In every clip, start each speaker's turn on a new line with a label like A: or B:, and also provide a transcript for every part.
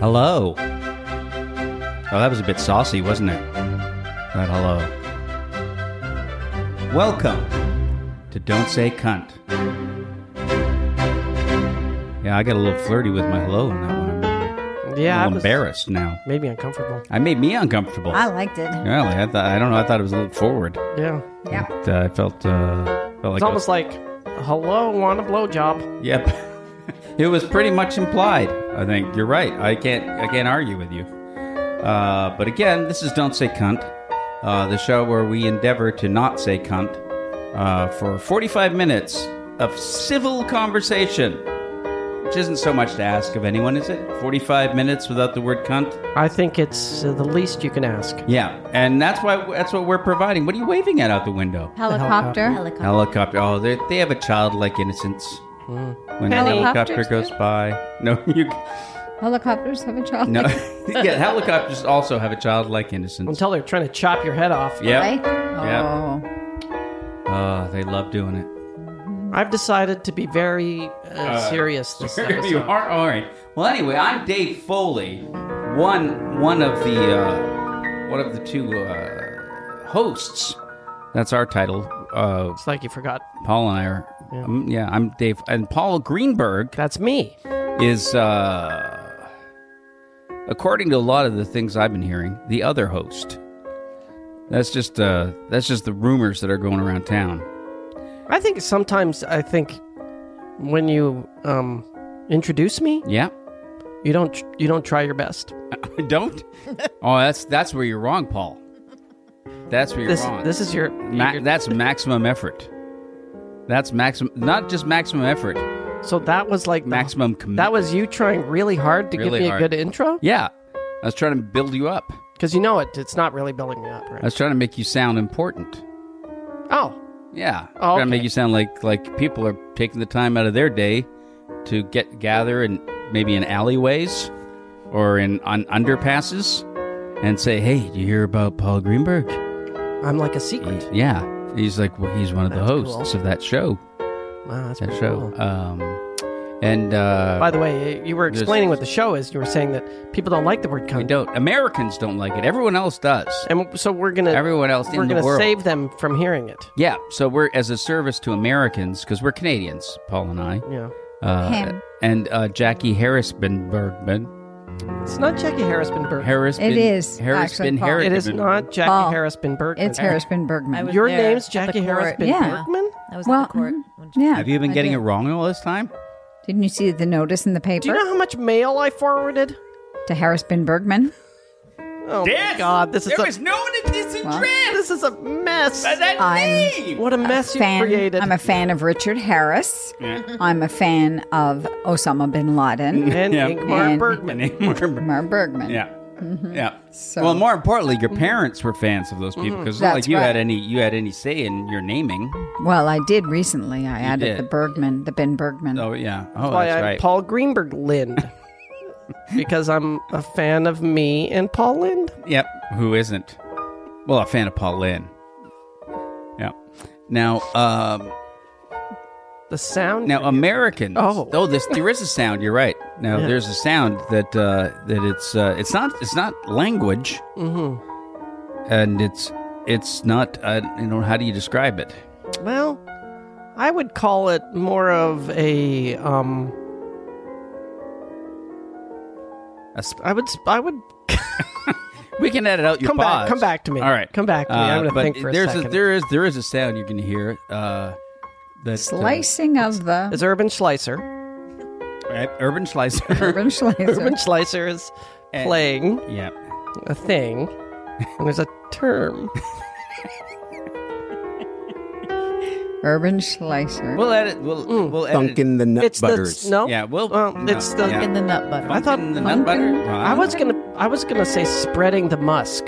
A: Hello. Oh, that was a bit saucy, wasn't it? That hello. Welcome to Don't Say Cunt. Yeah, I got a little flirty with my hello in that one. I'm
B: Yeah,
A: a
B: I
A: little
B: was
A: embarrassed now.
B: maybe uncomfortable.
A: I made me uncomfortable.
C: I liked it.
A: Really, I, thought, I don't know. I thought it was a little forward.
B: Yeah,
C: Yeah.
A: But, uh, I felt, uh, felt like
B: it's
A: I
B: almost like, "Hello, want a blowjob?"
A: Yep. it was pretty much implied. I think you're right. I can't I can't argue with you. Uh, but again, this is Don't Say Cunt, uh, the show where we endeavor to not say cunt uh, for 45 minutes of civil conversation, which isn't so much to ask of anyone, is it? 45 minutes without the word cunt?
B: I think it's uh, the least you can ask.
A: Yeah, and that's why that's what we're providing. What are you waving at out the window?
D: Helicopter.
A: Helicopter. Oh, they they have a childlike innocence. When the
B: Penny.
A: helicopter
D: Helicopters
A: goes
D: do?
A: by, no, you
D: Helicopters have a child.
A: no. yeah, helicopters also have a childlike innocence.
B: Until they're trying to chop your head off.
A: Yeah,
D: Right?
A: yeah. Oh, they love doing it.
B: I've decided to be very uh, serious this
A: you
B: episode.
A: are all right. Well, anyway, I'm Dave Foley, one one of the uh, one of the two uh, hosts. That's our title. Uh,
B: It's like you forgot.
A: Paul and I are. Yeah. yeah, I'm Dave, and Paul Greenberg.
B: That's me.
A: is uh according to a lot of the things I've been hearing, the other host. That's just uh that's just the rumors that are going around town.
B: I think sometimes I think when you um, introduce me,
A: Yeah.
B: you don't tr- you don't try your best.
A: I don't. oh, that's that's where you're wrong, Paul. That's where you're
B: This
A: wrong.
B: this is your,
A: Ma-
B: your-
A: that's maximum effort. That's maximum not just maximum effort,
B: so that was like the-
A: maximum commitment.
B: that was you trying really hard to
A: Really
B: give me
A: hard.
B: a good intro
A: Yeah. I was trying to build you up.
B: because you know it. It's not really building me up, right?
A: I was trying to make you sound important.
B: oh,
A: Yeah,
B: Oh,
A: trying to make
B: okay.
A: you sound like like people are taking the time out of their day to get gather in maybe in alleyways or in on underpasses and say, "Hey, did you hear about Paul Greenberg?"
B: I'm like a secret.
A: Yeah, he's like, well, he's one of the
B: That's
A: hosts of that show.
B: Wow, that's
A: That
B: pretty
A: show.
B: cool.
A: Um, and Mm. uh,
B: By the way, you were
A: Just-
B: explaining what the show is. You were saying that people don't like the word
A: we
B: cunt.
A: don't Americans don't like it. Everyone else does.
B: And so we're going to
A: Everyone else
B: we're
A: in the
B: going to
A: world.
B: save them from hearing it.
A: yeah, so we're as a service to Americans because we're Canadians, Paul and I,
B: Yeah.
A: uh,
D: Him.
A: and uh, Jackie Harrisman Bergman.
B: It's not Jackie Harris Bin Burton.
A: Harris.
D: It
A: bin,
D: is,
A: Harris
D: actually,
A: bin
D: Paul.
A: Harris.
B: it is
A: bin-
B: not Jackie
D: Paul.
B: Harris Bin Burton.
D: It's Harrisburg Bergman.
E: I was
B: Your
E: there
B: name's
E: at the
B: Jackie Harris
E: court.
B: Bin
D: Yeah.
B: Bergman?
E: I was
D: Well,
E: at the court.
D: mm,
B: mm-hmm.
E: when she-
D: yeah.
A: Have you been
D: I
A: getting
D: did.
A: it wrong all this time?
D: Didn't you see the notice in the
B: Do
D: paper
B: you know how much mail I forwarded?
D: to Harris Bin Bergman?
B: Oh my God! This is
A: there
B: a
A: was no one in this
D: Well,
B: this is a mess.
A: that
D: I'm-
A: name.
B: What a mess you
D: Fan,
B: created.
D: I'm a fan of Richard Harris. I'm a fan of Osama bin Laden.
B: and
A: Yeah.
B: Ingmar
D: And-
B: Bergman.
D: Mar Bergman.
A: yeah. Yeah.
D: So-
A: well, more importantly, your parents were fans of those people because not like
D: That's
A: you had
D: right.
A: any you had any say in your naming.
D: Well, I did recently. I added
A: did.
D: the Bergman, the Bin Bergman.
A: Oh yeah. Oh,
B: why
A: that's
B: I'm
A: right.
B: Paul Greenberg Lind. because I'm a fan of me and Paul Lind.
A: Yep. Who isn't? Well, a fan of Paul Lynn. Yeah. Now, um,
B: The sound.
A: Now Americans.
B: Oh.
A: though this there is a sound. You're right. Now there's a sound that uh, that it's uh, it's not it's not language, mm-hmm. and it's it's not. Uh, you know how do you describe it?
B: Well, I would call it more of a um.
A: A sp-
B: I would I would
A: we can edit out your
B: Come back-
A: pause.
B: come back to me.
A: All right,
B: Come back to me. I'm
A: Uh,
B: gonna
A: but
B: think for a
A: there's
B: second.
A: there is there is a sound you can hear. Uh, that
D: Slicing of the
B: is Urban Slicer.
A: uh, right, urban slicer.
D: Urban Schleiser.
B: Urban Slicer is
A: And-
B: playing
A: yeah.
B: a thing, and there's a term.
D: Urban Schleiser.
A: We'll edit. We'll we'll edit.
F: Thunk in the nut
B: Mm. It's
F: butters.
B: the no.
A: Yeah. We'll.
B: Well,
A: no,
B: it's the-
A: yeah.
E: in the nut butter.
B: I thought
A: Funkin' the nut butter.
D: funkin'-
B: I was gonna I was gonna say spreading the musk.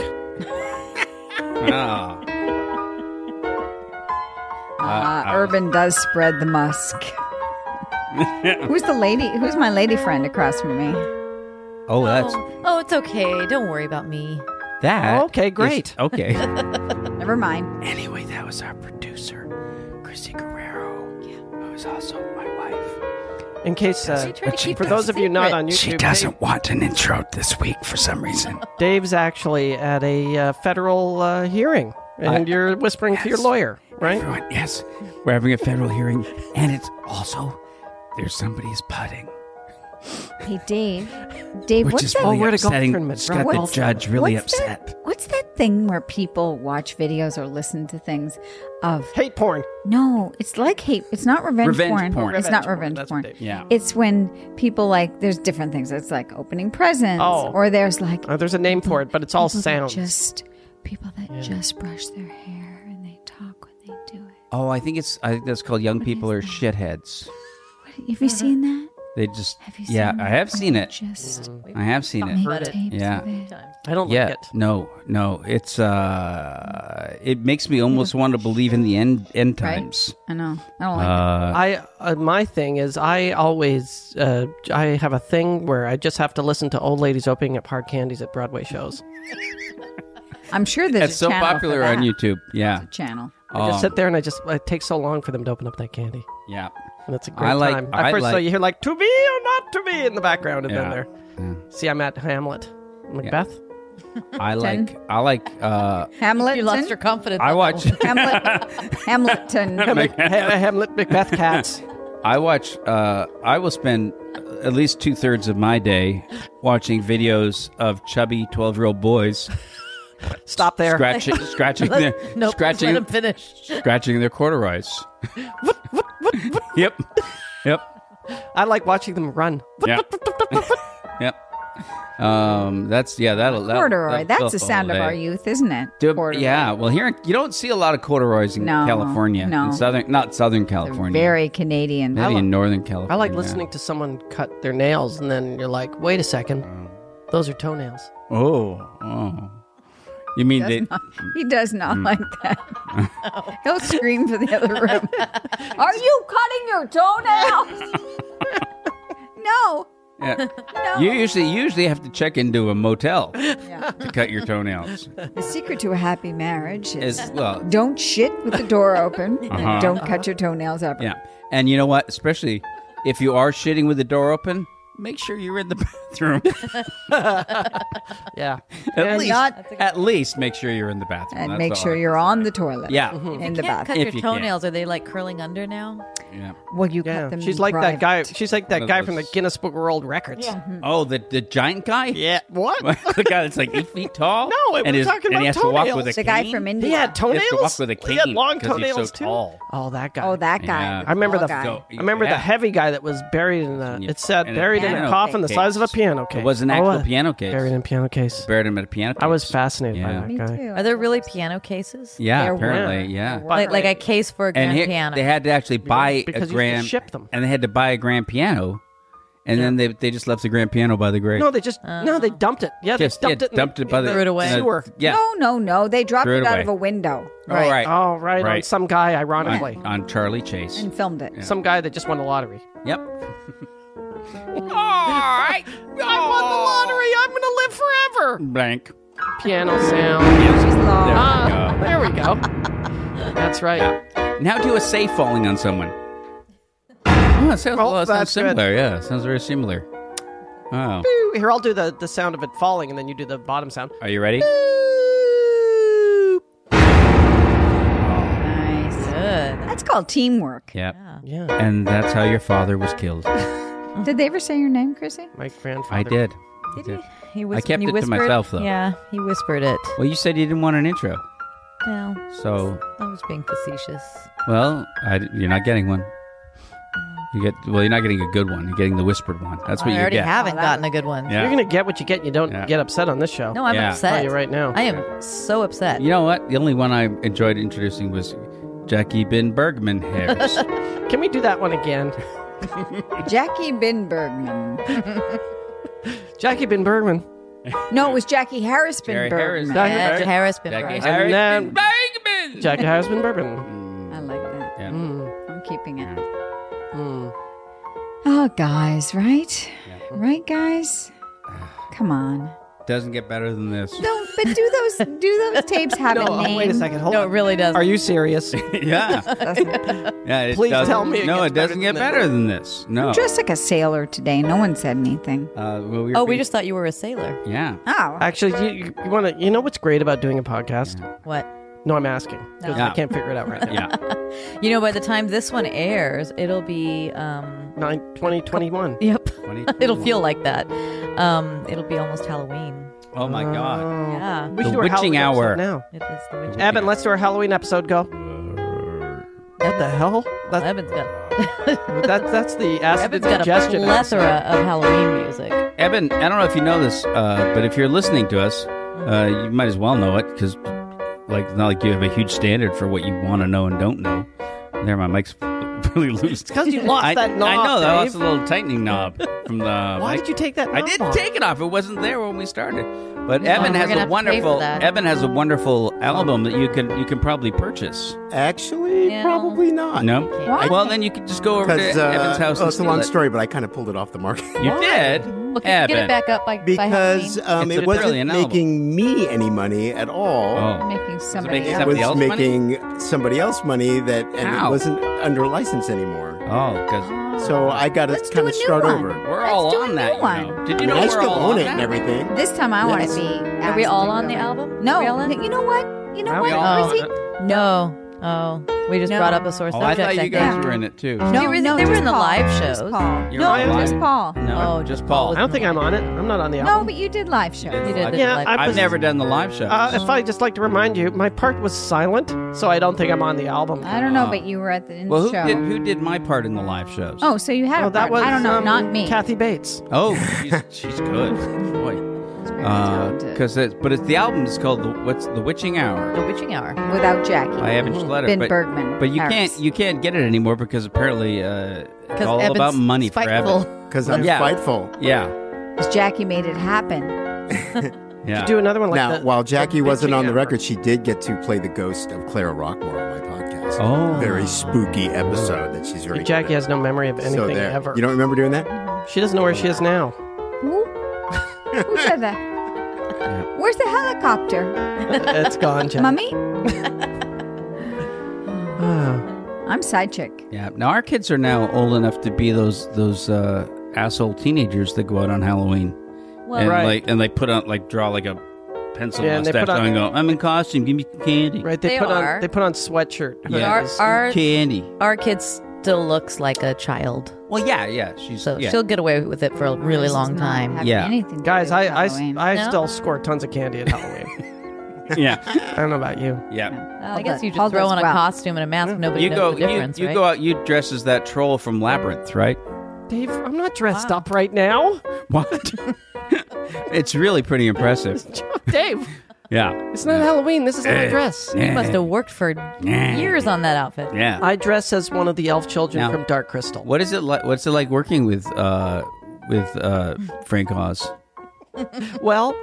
A: Ah.
D: Uh, Urban does spread the musk. who's the lady? Who's my lady friend across from me?
A: Oh, that's
E: Oh, oh, it's okay. Don't worry about me.
A: that.
B: Okay,
A: is-
B: great.
A: okay.
D: Never mind.
A: Anyway, that was our producer, Chrissy Guerrero, who is also my wife.
B: in case uh,
E: She tried to keep
B: for
E: that
B: those of you not
E: secret.
B: on YouTube,
C: She
B: Dave-
C: doesn't want an intro this week for some reason.
B: Dave's actually at a uh, federal uh, hearing, and you're whispering to your lawyer, right?
C: Everyone, yes, we're having a federal hearing, and it's also there's somebody's putting,
D: Hey, Dave. Dave,
C: which
D: what's
C: is
D: that?
C: really
B: Oh, we're at a golf
C: upsetting.
B: tournament,
C: It's got
D: right?
C: the
D: What's-
C: judge really
D: what's
C: upset.
D: That, what's that thing where people watch videos or listen to things of?
B: Hate porn.
D: No, it's like hate. It's not revenge,
A: Revenge
D: porn.
A: porn.
D: It's
B: Revenge
D: not
B: porn,
D: revenge
B: that's
D: porn.
B: what they-
A: Yeah.
D: It's when people like there's different things. It's like opening presents,
B: Oh.
D: or there's like
B: Uh, there's a name for it, but it's all
D: people that
B: sounds.
D: Just people that just brush their hair and they talk when they do it.
A: Oh, I think it's I think that's called young people are shitheads.
D: What, have you seen that?
A: They just
D: Have you
A: Mm-hmm.
D: seen
A: yeah,
D: that?
A: I have seen
D: Or
A: it.
D: Just
A: I have seen it.
D: make
E: Mm, Heard it.
D: tapes
A: Yeah.
D: of it.
B: I don't
A: yeah,
B: like it.
A: no, no, it's uh, it makes me almost want to believe in the end end
D: Right?
A: times.
D: I know. I don't like
A: Uh,
B: I uh, my thing is I always uh, I have a thing where I just have to listen to old ladies opening up hard candies at Broadway shows.
D: it. I'm sure there's
A: it's
D: a
A: so
D: channel for
A: popular on
D: that.
A: YouTube. Yeah,
D: Channel.
B: I
A: Oh,
B: just sit there and I just it takes so long for them to open up that candy,
A: yeah.
B: and it's a great
A: I like-
B: time. At
A: I
B: first, so
A: like-
B: you hear like "to be or not to be" in the background, and
A: Yeah.
B: then there. See, I'm at Hamlet, Macbeth.
A: I like I like uh,
D: Hamlet.
E: You lost your confidence.
A: I watch
D: Oh. Hamlet. Hamilton.
B: Ha- Hamlet, Macbeth, cats.
A: I watch. Uh, I will spend at least two thirds of my day watching videos of chubby twelve year old boys
B: Stop there.
A: scratching scratching their
E: Nope,
A: scratching
E: let him finish.
A: scratching their corduroys. yep, yep,
B: I like watching them run.
A: yeah, yep. Um, that's yeah. That'll that,
D: Corduroy.
A: that'll
D: That's
A: fill
D: the
A: up a
D: sound of
A: whole
D: our
A: day.
D: youth, isn't it?
A: Do-
D: Corduroy.
A: yeah, well, here in- you don't see a lot of corduroys in
D: No,
A: California,
D: no.
A: in southern, not Southern California,
D: Very Canadian.
A: maybe in northern
B: I
A: California.
B: like listening to someone cut their nails, and then you're like, "Wait a second, those are toenails."
A: Oh, oh, you mean they, Mm.
D: He does not like that. He'll scream for the other room. Are you cutting your toenails? no.
A: Yeah.
D: No.
A: You usually you usually have to check into a motel
D: Yeah.
A: to cut your toenails.
D: The secret to a happy marriage is
A: As well,
D: don't shit with the door open. and
A: Uh-huh.
D: Don't cut your toenails ever.
A: yeah. And you know what? Especially if you are shitting with the door open, make sure you're in the bathroom.
B: Yeah,
A: at least,
D: not-
A: at least make sure you're in the bathroom.
D: And
A: That's
D: make
A: all
D: sure
A: I-
D: you're on the toilet.
A: Yeah.
B: Mm-hmm.
D: In the
E: Can't cut
D: bathroom.
A: If
E: your
A: you can.
E: toenails. Are they like curling under now?
A: Yeah.
D: Well, you cut
B: yeah.
D: them.
B: She's
D: in
B: like that guy.
D: private.
B: She's like that
A: One
B: guy
A: of
B: from the
A: those-
B: Guinness Book of World Records. Yeah.
D: mm-hmm. Mm.
A: Oh, the the giant guy.
B: What?
A: the guy that's like eight feet tall.
B: No, we're
A: and his-
B: talking
A: and
B: about
A: he has to walk with a
B: toenails.
D: The guy
A: cane?
D: from India.
B: He had
A: He
B: toenails.
A: has to walk with a cane
B: He had long
A: 'cause he's
B: toenails
A: so
B: too.
A: tall.
B: Oh, that guy.
D: Oh, that guy.
A: Yeah.
D: the
A: I
B: remember
D: tall
B: the-
D: guy.
A: So-
B: I remember
A: yeah.
B: the heavy guy that was buried in a.
A: Yeah.
B: It said
A: In a
B: buried in a
A: piano
B: coffin the
A: case.
B: size of a piano case.
A: It was an
B: Oh,
A: actual
B: uh,
A: piano case.
B: Buried in a piano case.
A: Buried him at a piano.
B: I was
A: case.
B: fascinated
A: Yeah.
B: by
D: Me
B: that guy.
D: too.
E: Are there really piano cases?
A: Yeah,
D: There were.
A: apparently, yeah.
E: Like, like a case for a grand
A: and he-
E: piano.
A: they had to actually buy
B: because you
A: a
B: used to
A: grand
B: ship them.
A: and they had to buy a grand piano and then they, they just left the grand piano by the grave
B: No, they just no, they dumped it. Yeah,
A: just
B: they
A: yeah,
B: dumped it. in the-
A: dumped it by the
E: Threw it away.
A: in the-
B: Sewer.
A: yeah
D: No, no, no. They dropped
A: Threw it
D: it, out
A: away.
D: of a window.
A: all
D: Right.
A: right
B: Oh, right, on
A: Right.
B: some guy,
A: on,
B: ironically,
A: on charlie chase
D: And filmed it.
B: some guy that just won the lottery.
A: yep all right
B: I won the lottery. I'm gonna live forever.
A: blank
B: Piano sound.
D: She's long.
A: Uh,
B: Ah, there we go. That's right.
A: now do a safe falling on someone oh, it sounds,
B: Oh,
A: well, it sounds
B: that's good.
A: similar yeah it sounds very similar oh
B: Boo. Here, I'll do the, the sound of it falling, and then you do the bottom sound.
A: are you ready
D: Nice.
E: Good.
D: That's called teamwork.
A: yep
B: Yeah,
A: and that's how your father was killed
D: Did they ever say your name, Chrissy?
B: my grandfather.
A: i did
E: Did
A: Yeah.
E: he? he
A: I kept
E: you
A: it to myself, though.
E: Yeah, he whispered it.
A: well you said you didn't want an intro
E: Well,
A: so
E: I was being facetious.
A: Well, I d you're not getting one. You get well. You're not getting a good one. You're getting the whispered one. That's what
E: I
A: you
E: already
A: get.
B: Oh,
E: haven't
D: that
E: gotten a good one.
A: Yeah.
B: You're gonna get what you get. You don't
A: Yeah.
B: get upset on this show.
E: No, I'm
A: Yeah.
E: upset.
B: Tell you right now.
E: I am so upset.
A: You know what? The only one I enjoyed introducing was Jackie Bin Bergman Harris.
B: Can we do that one again?
D: Jackie Bin Bergman.
B: Jackie Bin Bergman.
D: No, it was Jackie Harris Bin
A: Jerry
D: Bergman.
B: Harris.
E: Yeah,
B: Jackie-
E: Harris been
A: Jackie
E: right.
B: And
A: Harris
B: then-
A: Bin Bergman. Mm.
B: Jackie Harris Bin Bergman.
D: I like that.
A: Yeah.
B: Mm,
D: I'm keeping it.
B: mm.
D: Oh, guys, right? Right, guys? Come on.
A: doesn't get better than this.
D: No, but do those do those tapes have a name?
B: wait a second. Hold
E: No, it
B: on.
E: really does.
B: Are you serious?
A: yeah, yeah. It
B: Please
A: doesn't-
B: tell me it
A: no,
B: gets
A: it
B: better
A: doesn't get
B: than
A: better
B: this.
A: than this. No.
D: Dressed like a sailor today. No one said anything.
A: uh, well, we were
E: oh, we
A: being-
E: just thought you were a sailor.
A: yeah.
D: Oh,
B: Actually, you, you- you want to? You know what's great about doing a podcast?
E: What?
B: No, I'm asking. 'cause
A: Yeah.
B: I can't figure it out right now.
A: Yeah.
E: You know, by the time this one airs, it'll be. um
B: Nine, 20, 21.
E: Yep.
A: 2021.
E: It'll feel like that. Um, it'll be almost Halloween.
A: Oh my god.
B: Oh.
E: Yeah.
B: We
A: The
B: should do our
A: witching
B: Halloween episode
A: hour.
B: now.
E: It is the witch.
B: Evan, let's do our Halloween episode. Go. What the hell? That's
E: Evan's got,
B: that's that's the acid
E: Evan's got a
B: digestion.
E: plethora of Halloween music.
A: Eben, I don't know if you know this, uh, but if you're listening to us, uh, you might as well know it because, like, it's not like you have a huge standard for what you want to know and don't know. There, my mic's really loose.
B: Because you lost
A: I,
B: that knob.
A: I know that was
B: Dave.
A: a little tightening knob from the.
B: Why
A: mic.
B: did you take that?
A: I
B: knob
A: didn't
B: off?
A: take it off. It wasn't there when we started. But Evan
E: we're
A: has
E: gonna
A: a
E: have to pay for
A: wonderful
E: that.
A: Evan has a wonderful album that you can you can probably purchase.
F: Actually,
E: No.
F: probably not.
A: No,
D: Why?
A: well then you could just go over to
F: Because uh,
A: Evan's house.
F: oh,
A: and
F: it's a
A: steal
F: long
A: it.
F: story, but I kind of pulled it off the market.
A: You did,
E: Well, can you
A: Evan.
E: get it back up by, by
F: Because
E: Halloween?
F: um,
A: It's
F: it
A: a
F: wasn't
A: brilliant album.
F: making me any money at all.
A: Oh.
D: making somebody
A: making
F: It
A: Somebody
F: was
A: else money?
F: making somebody else money that, and
A: How?
F: it wasn't under license anymore.
A: Oh, because
F: So I got to
D: Let's do
F: kind
D: a
F: of
D: new
F: start
D: one.
F: over.
A: we're
D: Let's
A: all
D: do a
A: on
D: new
A: that. you
D: one.
A: know. Did
F: I
A: you
F: mean,
A: know
F: I
A: we're
F: still
A: all
F: own
A: on
F: it
A: that?
F: and everything.
D: This time I want to
F: Yes.
D: be.
E: Are we
D: asked
E: all
D: to
E: on
D: do
E: the
D: it.
E: album?
D: No.
E: Are we all in?
D: You know what? You know
B: Now we
D: what,
A: all on
D: Chrissy?
A: it.
E: No. Oh, we just
D: No.
E: brought up a sore
A: Oh, I
E: subject.
A: thought you
E: think.
A: guys
D: Yeah.
A: were in it too.
E: They were- they were
D: just
E: in the live
D: Just
E: shows.
D: Paul.
A: You
D: no,
A: were live.
D: just Paul.
A: No,
E: Oh,
A: just
B: I
A: Paul.
B: don't think I'm on it. I'm not on the
D: No,
B: album.
D: but you did live shows.
A: You
E: You did.
A: I-
E: the
B: Yeah,
E: live-
B: I-
A: I've never done the live show.
B: Uh, if I just like to remind you, my part was silent, so I don't think I'm on the album.
D: I don't know,
E: Uh,
D: but you were at the in
A: well, who
D: show.
A: did who did my part in the live shows?
D: oh, so you had
B: Oh,
D: a part.
B: that was
D: I don't know,
B: um,
D: not me.
B: Kathy Bates.
A: Oh, she's, she's good, boy.
D: She's
E: Uh,
D: very talented.
A: Because it's but it's the album is called the what's the Witching Hour
E: The witching hour.
D: without Jackie,
A: by Evan Schletter.
D: Ben
A: but,
D: Bergman,
A: but you
D: Harris.
A: can't you can't get it anymore because apparently uh, it's
E: 'Cause
A: all
E: Evan's
A: about money
E: spiteful.
A: for Evan.
F: Because I'm
A: Yeah.
F: spiteful.
A: Yeah,
D: 'Cause Jackie made it happen.
A: yeah.
B: Do another one like
F: now,
B: that.
F: while Jackie
B: the
F: wasn't
B: bitching
F: on the
B: hour.
F: record, she did get to play the ghost of Clara Rockmore on my podcast.
A: Oh.
F: Very spooky episode that she's very
B: Jackie
F: good at.
B: has no memory of anything
F: so there.
B: ever.
F: You don't remember doing that?
B: she doesn't know where she is now.
D: Who? Who said that? Where's the helicopter,
B: it's gone, Jackie.
D: mummy?
B: Ah.
D: I'm side chick.
A: Yeah. Now our kids are now old enough to be those those uh, asshole teenagers that go out on Halloween and
B: Right.
A: like and they put on like draw like a pencil
B: Yeah, and they
A: mustache
B: put on-
A: on and go I'm in costume. Give me candy.
B: right, they,
E: They
B: put
E: are.
B: on they put on sweatshirt.
A: Yeah.
E: Our,
B: hoodies.
E: our,
A: Candy.
E: our kid still looks like a child,
A: Well, yeah, yeah. She's
E: so
A: yeah.
E: she'll get away with it for a really
D: This
E: long
D: does not
E: time.
D: have
A: Yeah.
D: Anything to
B: Guys,
D: do with
B: I I,
D: Halloween.
B: I
E: No?
B: still score tons of candy at Halloween.
A: yeah,
B: I don't know about you.
A: yeah.
E: I guess you just
D: Paul
E: throw
D: does
E: on a
D: well.
E: costume and a mask. Nobody
A: You go.
E: knows the
A: You,
E: difference,
A: you
E: right?
A: go out. You dress as that troll from Labyrinth, right?
B: Dave, I'm not dressed up right now.
A: What? it's really pretty impressive.
B: Dave,
A: Yeah.
B: it's not Halloween. This is my dress.
E: you must have worked for years on that outfit.
A: Yeah.
B: I dress as one of the elf children
A: Now-
B: from Dark Crystal.
A: What is it like? What's it like working with uh with uh Frank Oz?
B: Well,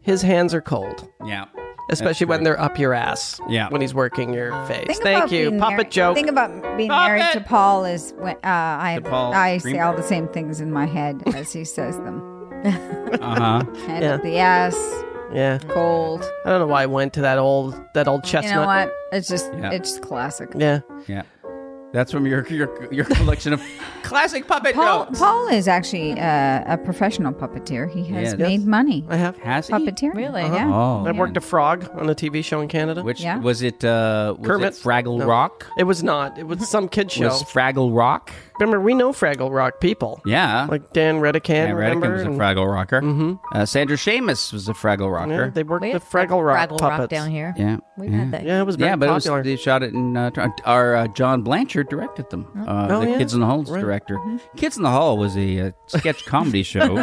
B: his hands are cold,
A: Yeah.
B: especially when they're up your ass.
A: Yeah.
B: When he's working your face.
D: Think
B: Thank
D: about
B: you.
D: being
B: Papa
D: married-
B: joke.
D: Think about being
A: Pop
D: married
A: it.
D: to Paul is when uh, I
A: To Paul
D: I say
A: Greenberg.
D: all the same things in my head as he says them.
E: Uh-huh.
A: Uh huh.
D: Head
B: Yeah.
D: up the ass,
B: yeah.
D: cold.
B: I don't know why I went to that old that old
D: you
B: chestnut.
D: know what? It's just
A: Yeah.
D: it's just classic.
B: Yeah.
A: Yeah. That's from your your your collection of classic puppet
D: Paul
A: jokes.
D: Paul is actually uh, a professional puppeteer. He has
A: Yes.
D: made money
B: I have.
A: Has he?
D: puppeteering.
E: Really?
D: Yeah.
A: Oh.
B: I've worked a frog on a TV show in Canada.
A: Which
D: Yeah.
A: was it? Uh, was
B: Kermit.
A: it Fraggle
B: No.
A: Rock?
B: it was not. It was some kid show.
A: Was Fraggle Rock?
B: remember, we know Fraggle Rock people.
A: Yeah.
B: Like Dan Redican.
A: yeah,
B: remember?
A: Radican was a
B: And-
A: Fraggle Rocker. Mm-hmm. Uh, Sandra Seamus was a Fraggle
B: yeah,
A: Rocker.
B: they worked
E: We
B: the
E: have
B: Fraggle Rock
E: Fraggle
B: puppets.
E: Rock down here.
A: yeah.
E: We've
A: yeah.
E: had that.
B: Yeah, it was very
A: Yeah, but
B: popular.
A: it was, they shot it in. Uh, Tor- our uh, John Blanchard directed them. Uh,
B: Oh,
A: the
B: yeah.
A: Kids in the Hall's
B: Right.
A: director. Kids in the Hall was a, uh sketch comedy show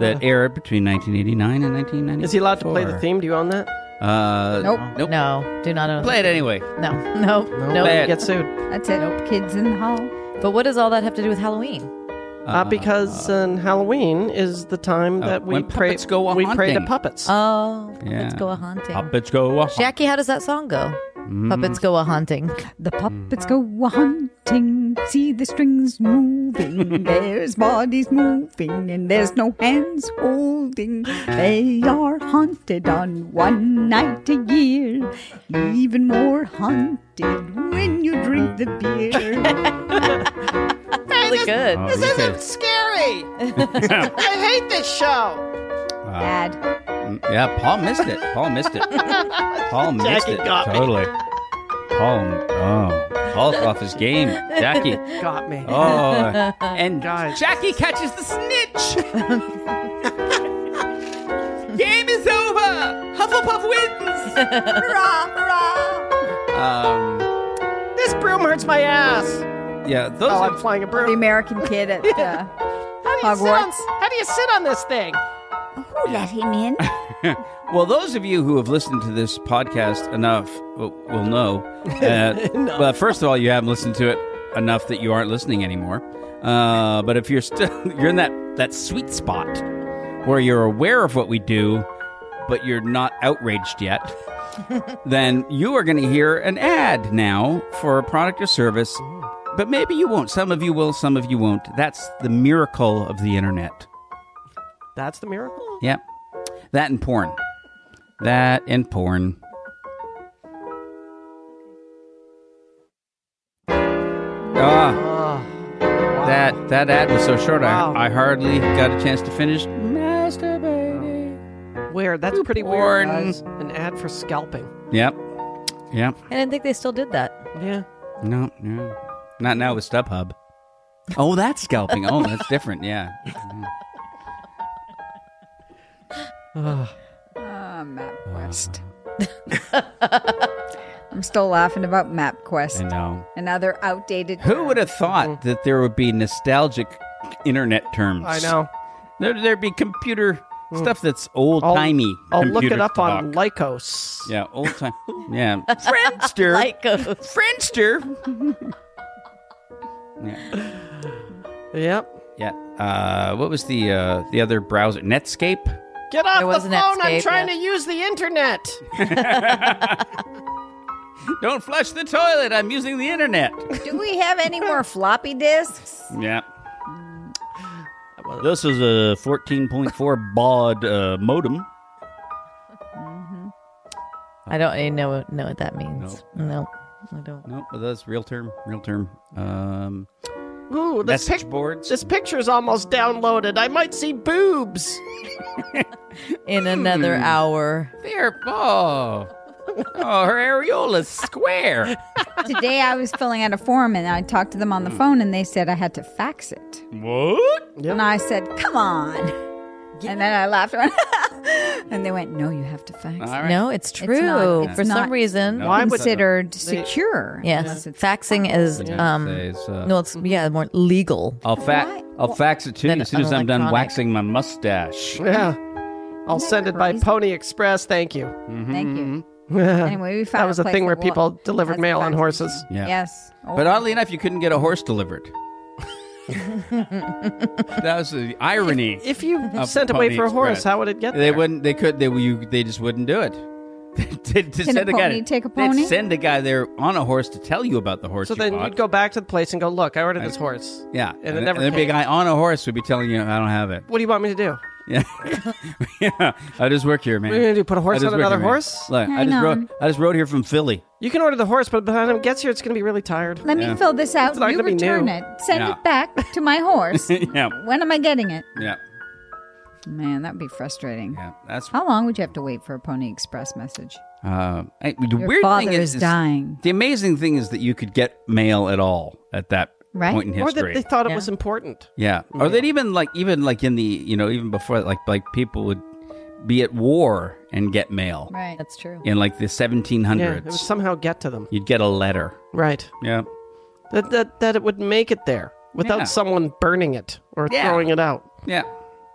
A: that aired between 1989 and 1994.
B: Is he allowed to play the theme? Do you own that?
A: Uh,
D: Nope.
A: Nope.
E: No, do not own.
A: Play it anyway.
E: No, no, no.
A: Play it.
B: Get sued. Uh,
D: That's it. Kids in the hall.
E: But what does all that have to do with Halloween?
B: Uh, because um, Halloween is the time
A: uh,
B: that we
A: when
B: pray.
A: puppets go
B: we pray to
A: a-haunting.
B: puppets.
E: Oh,
A: Yeah.
E: puppets go a haunting.
A: Puppets Mm. go.
E: Jackie, how does that song go? Puppets go a haunting.
D: The puppets go hunting. See the strings moving, there's bodies moving, and there's no hands holding. They are haunted on one night a year, even more haunted when you drink the beer.
E: Really good.
A: Oh,
G: This
A: you could-
G: isn't scary. I hate this show.
D: Dad,
A: Mm, Yeah, Paul missed it. Paul missed it. Paul missed
G: Jackie
A: it.
G: got me.
A: Totally. Paul, oh, Paul's off his game. Jackie.
B: Got me.
A: Oh, and
B: Guys.
A: Jackie catches the snitch. game is over. Hufflepuff wins. Um,
B: This broom hurts my ass.
A: yeah, those.
B: Oh,
A: are-
B: I'm flying a
D: the
B: broom.
D: American kid at. Uh,
B: How do you sit on,
D: Hogwarts.
B: how do you sit on this thing?
D: Who let him in?
A: Well, those of you who have listened to this podcast enough will, will know. Uh, Well, first of all, you haven't listened to it enough that you aren't listening anymore. Uh, but if you're still, you're in that that sweet spot where you're aware of what we do, but you're not outraged yet. then you are going to hear an ad now for a product or service, but maybe you won't. Some of you will, some of you won't. That's the miracle of the internet.
B: That's the miracle.
A: Yep. That and porn. That and porn. Ah,
B: Oh,
A: that that ad was so short.
B: Wow.
A: I, I hardly got a chance to finish masturbating.
B: weird. That's pretty
A: Porn.
B: weird. Guys. An ad for scalping.
A: Yep. Yep.
E: I didn't think they still did that.
B: Yeah.
A: No. No. Not now with StubHub. Oh, that's scalping. Oh, that's different. Yeah.
B: Ugh.
D: Uh, MapQuest. I'm still laughing about
A: I
D: MapQuest
A: know.
D: and other outdated.
A: Who would have thought that there would be nostalgic internet terms?
B: Mm. I know.
A: There, there'd be computer stuff that's old
B: I'll-
A: timey.
B: Hmm. I'll look it up on Lycos.
A: yeah, old time. Yeah, Friendster.
E: Like goes.
A: Friendster. yeah.
B: Yep.
A: yeah. Uh, what was the uh, the other browser? Netscape.
B: Get off
E: There was
B: the
E: an
B: phone. I'm
E: Netscape,
B: trying
E: yeah.
B: to use the internet.
A: Don't flush the toilet. I'm using the internet.
D: Do we have any more floppy disks?
A: Yeah. This is a 14.4 baud uh, modem.
E: I don't even know, know what that means. No, I don't.
A: No, but that's real term. Real term. Um,
B: Ooh, this,
A: message
B: pic-
A: boards.
B: this picture's almost downloaded. I might see boobs.
E: In another hour.
A: There. Oh. Oh, her areola's square.
D: Today I was filling out a form and I talked to them on the phone and they said I had to fax it.
A: What?
D: And I said, come on. And then I laughed. and they went, no, you have to fax
A: All
D: it.
A: right.
E: No, it's
D: not-
E: true.
D: it's
E: For
D: not-
E: some reason.
A: No.
B: Why would-
D: Considered secure.
E: Yes. Faxing is, um,
A: Says, uh,
E: no, it's, yeah, more legal.
A: I'll
D: Why-
A: fa- I'll fax it to you
E: Then
A: as soon as I'm done
E: unelectronic.
A: waxing my mustache.
B: Yeah. I'll send it by
D: crazy?
B: Pony Express. Thank you.
D: Thank you.
B: that
D: Anyway, we found
B: was a
D: place
B: thing where
D: that will-
B: people delivered
D: that's
B: mail on
D: faxing.
B: horses.
A: Yeah.
D: Yes. Oh,
A: But oddly enough, you couldn't get a horse delivered. that was the irony.
B: If you
A: A
B: sent away
A: Pony
B: for a horse,
A: Express.
B: how would it get
A: They
B: there?
A: wouldn't. They could. They you, They just wouldn't do it. to, to
D: a
A: send a guy-
D: pony take a
A: they'd
D: pony?
A: send a guy there on a horse to tell you about the horse.
B: So
A: you
B: then
A: bought.
B: you'd go back to the place and go, look, I ordered this horse.
A: Yeah,
B: And it never
A: and there'd be a
B: came.
A: guy on a horse would be telling you, "I don't have it."
B: What do you want me to do?
A: Yeah, yeah. I just work here, man.
B: What are you gonna do, put a horse
A: I just
B: on
A: work
B: another
A: here, man.
B: horse?
A: Look, I
D: Hang
A: just
D: on.
A: rode. I just rode here from Philly.
B: You can order the horse, but by the time it gets here, it's going to be really tired.
D: Let
A: Yeah.
D: me fill this out.
B: It's not
D: You
B: gonna be
D: return
B: new.
D: it. Send
A: Yeah.
D: it back to my horse.
A: yeah,
D: when am I getting it?
A: yeah,
D: Man, that'd be frustrating.
A: yeah. That's
D: How long would you have to wait for a Pony Express message?
A: uh, I- the
D: Oh. Your
A: weird
D: father
A: thing
D: is,
A: is, is
D: dying.
A: The amazing thing is that you could get mail at all at that
D: Right.
A: point in
B: Or
A: history.
B: that they thought it
E: Yeah.
B: was important.
A: yeah, or that even like even like in the you know even before like like people would be at war and get mail
D: Right.
E: That's true.
A: in like the 1700s.
B: Yeah, it would somehow get to them.
A: You'd get a letter.
B: Right.
A: Yeah.
B: That, that, that it would make it there without
A: Yeah.
B: someone burning it or
A: Yeah.
B: throwing it out.
A: Yeah.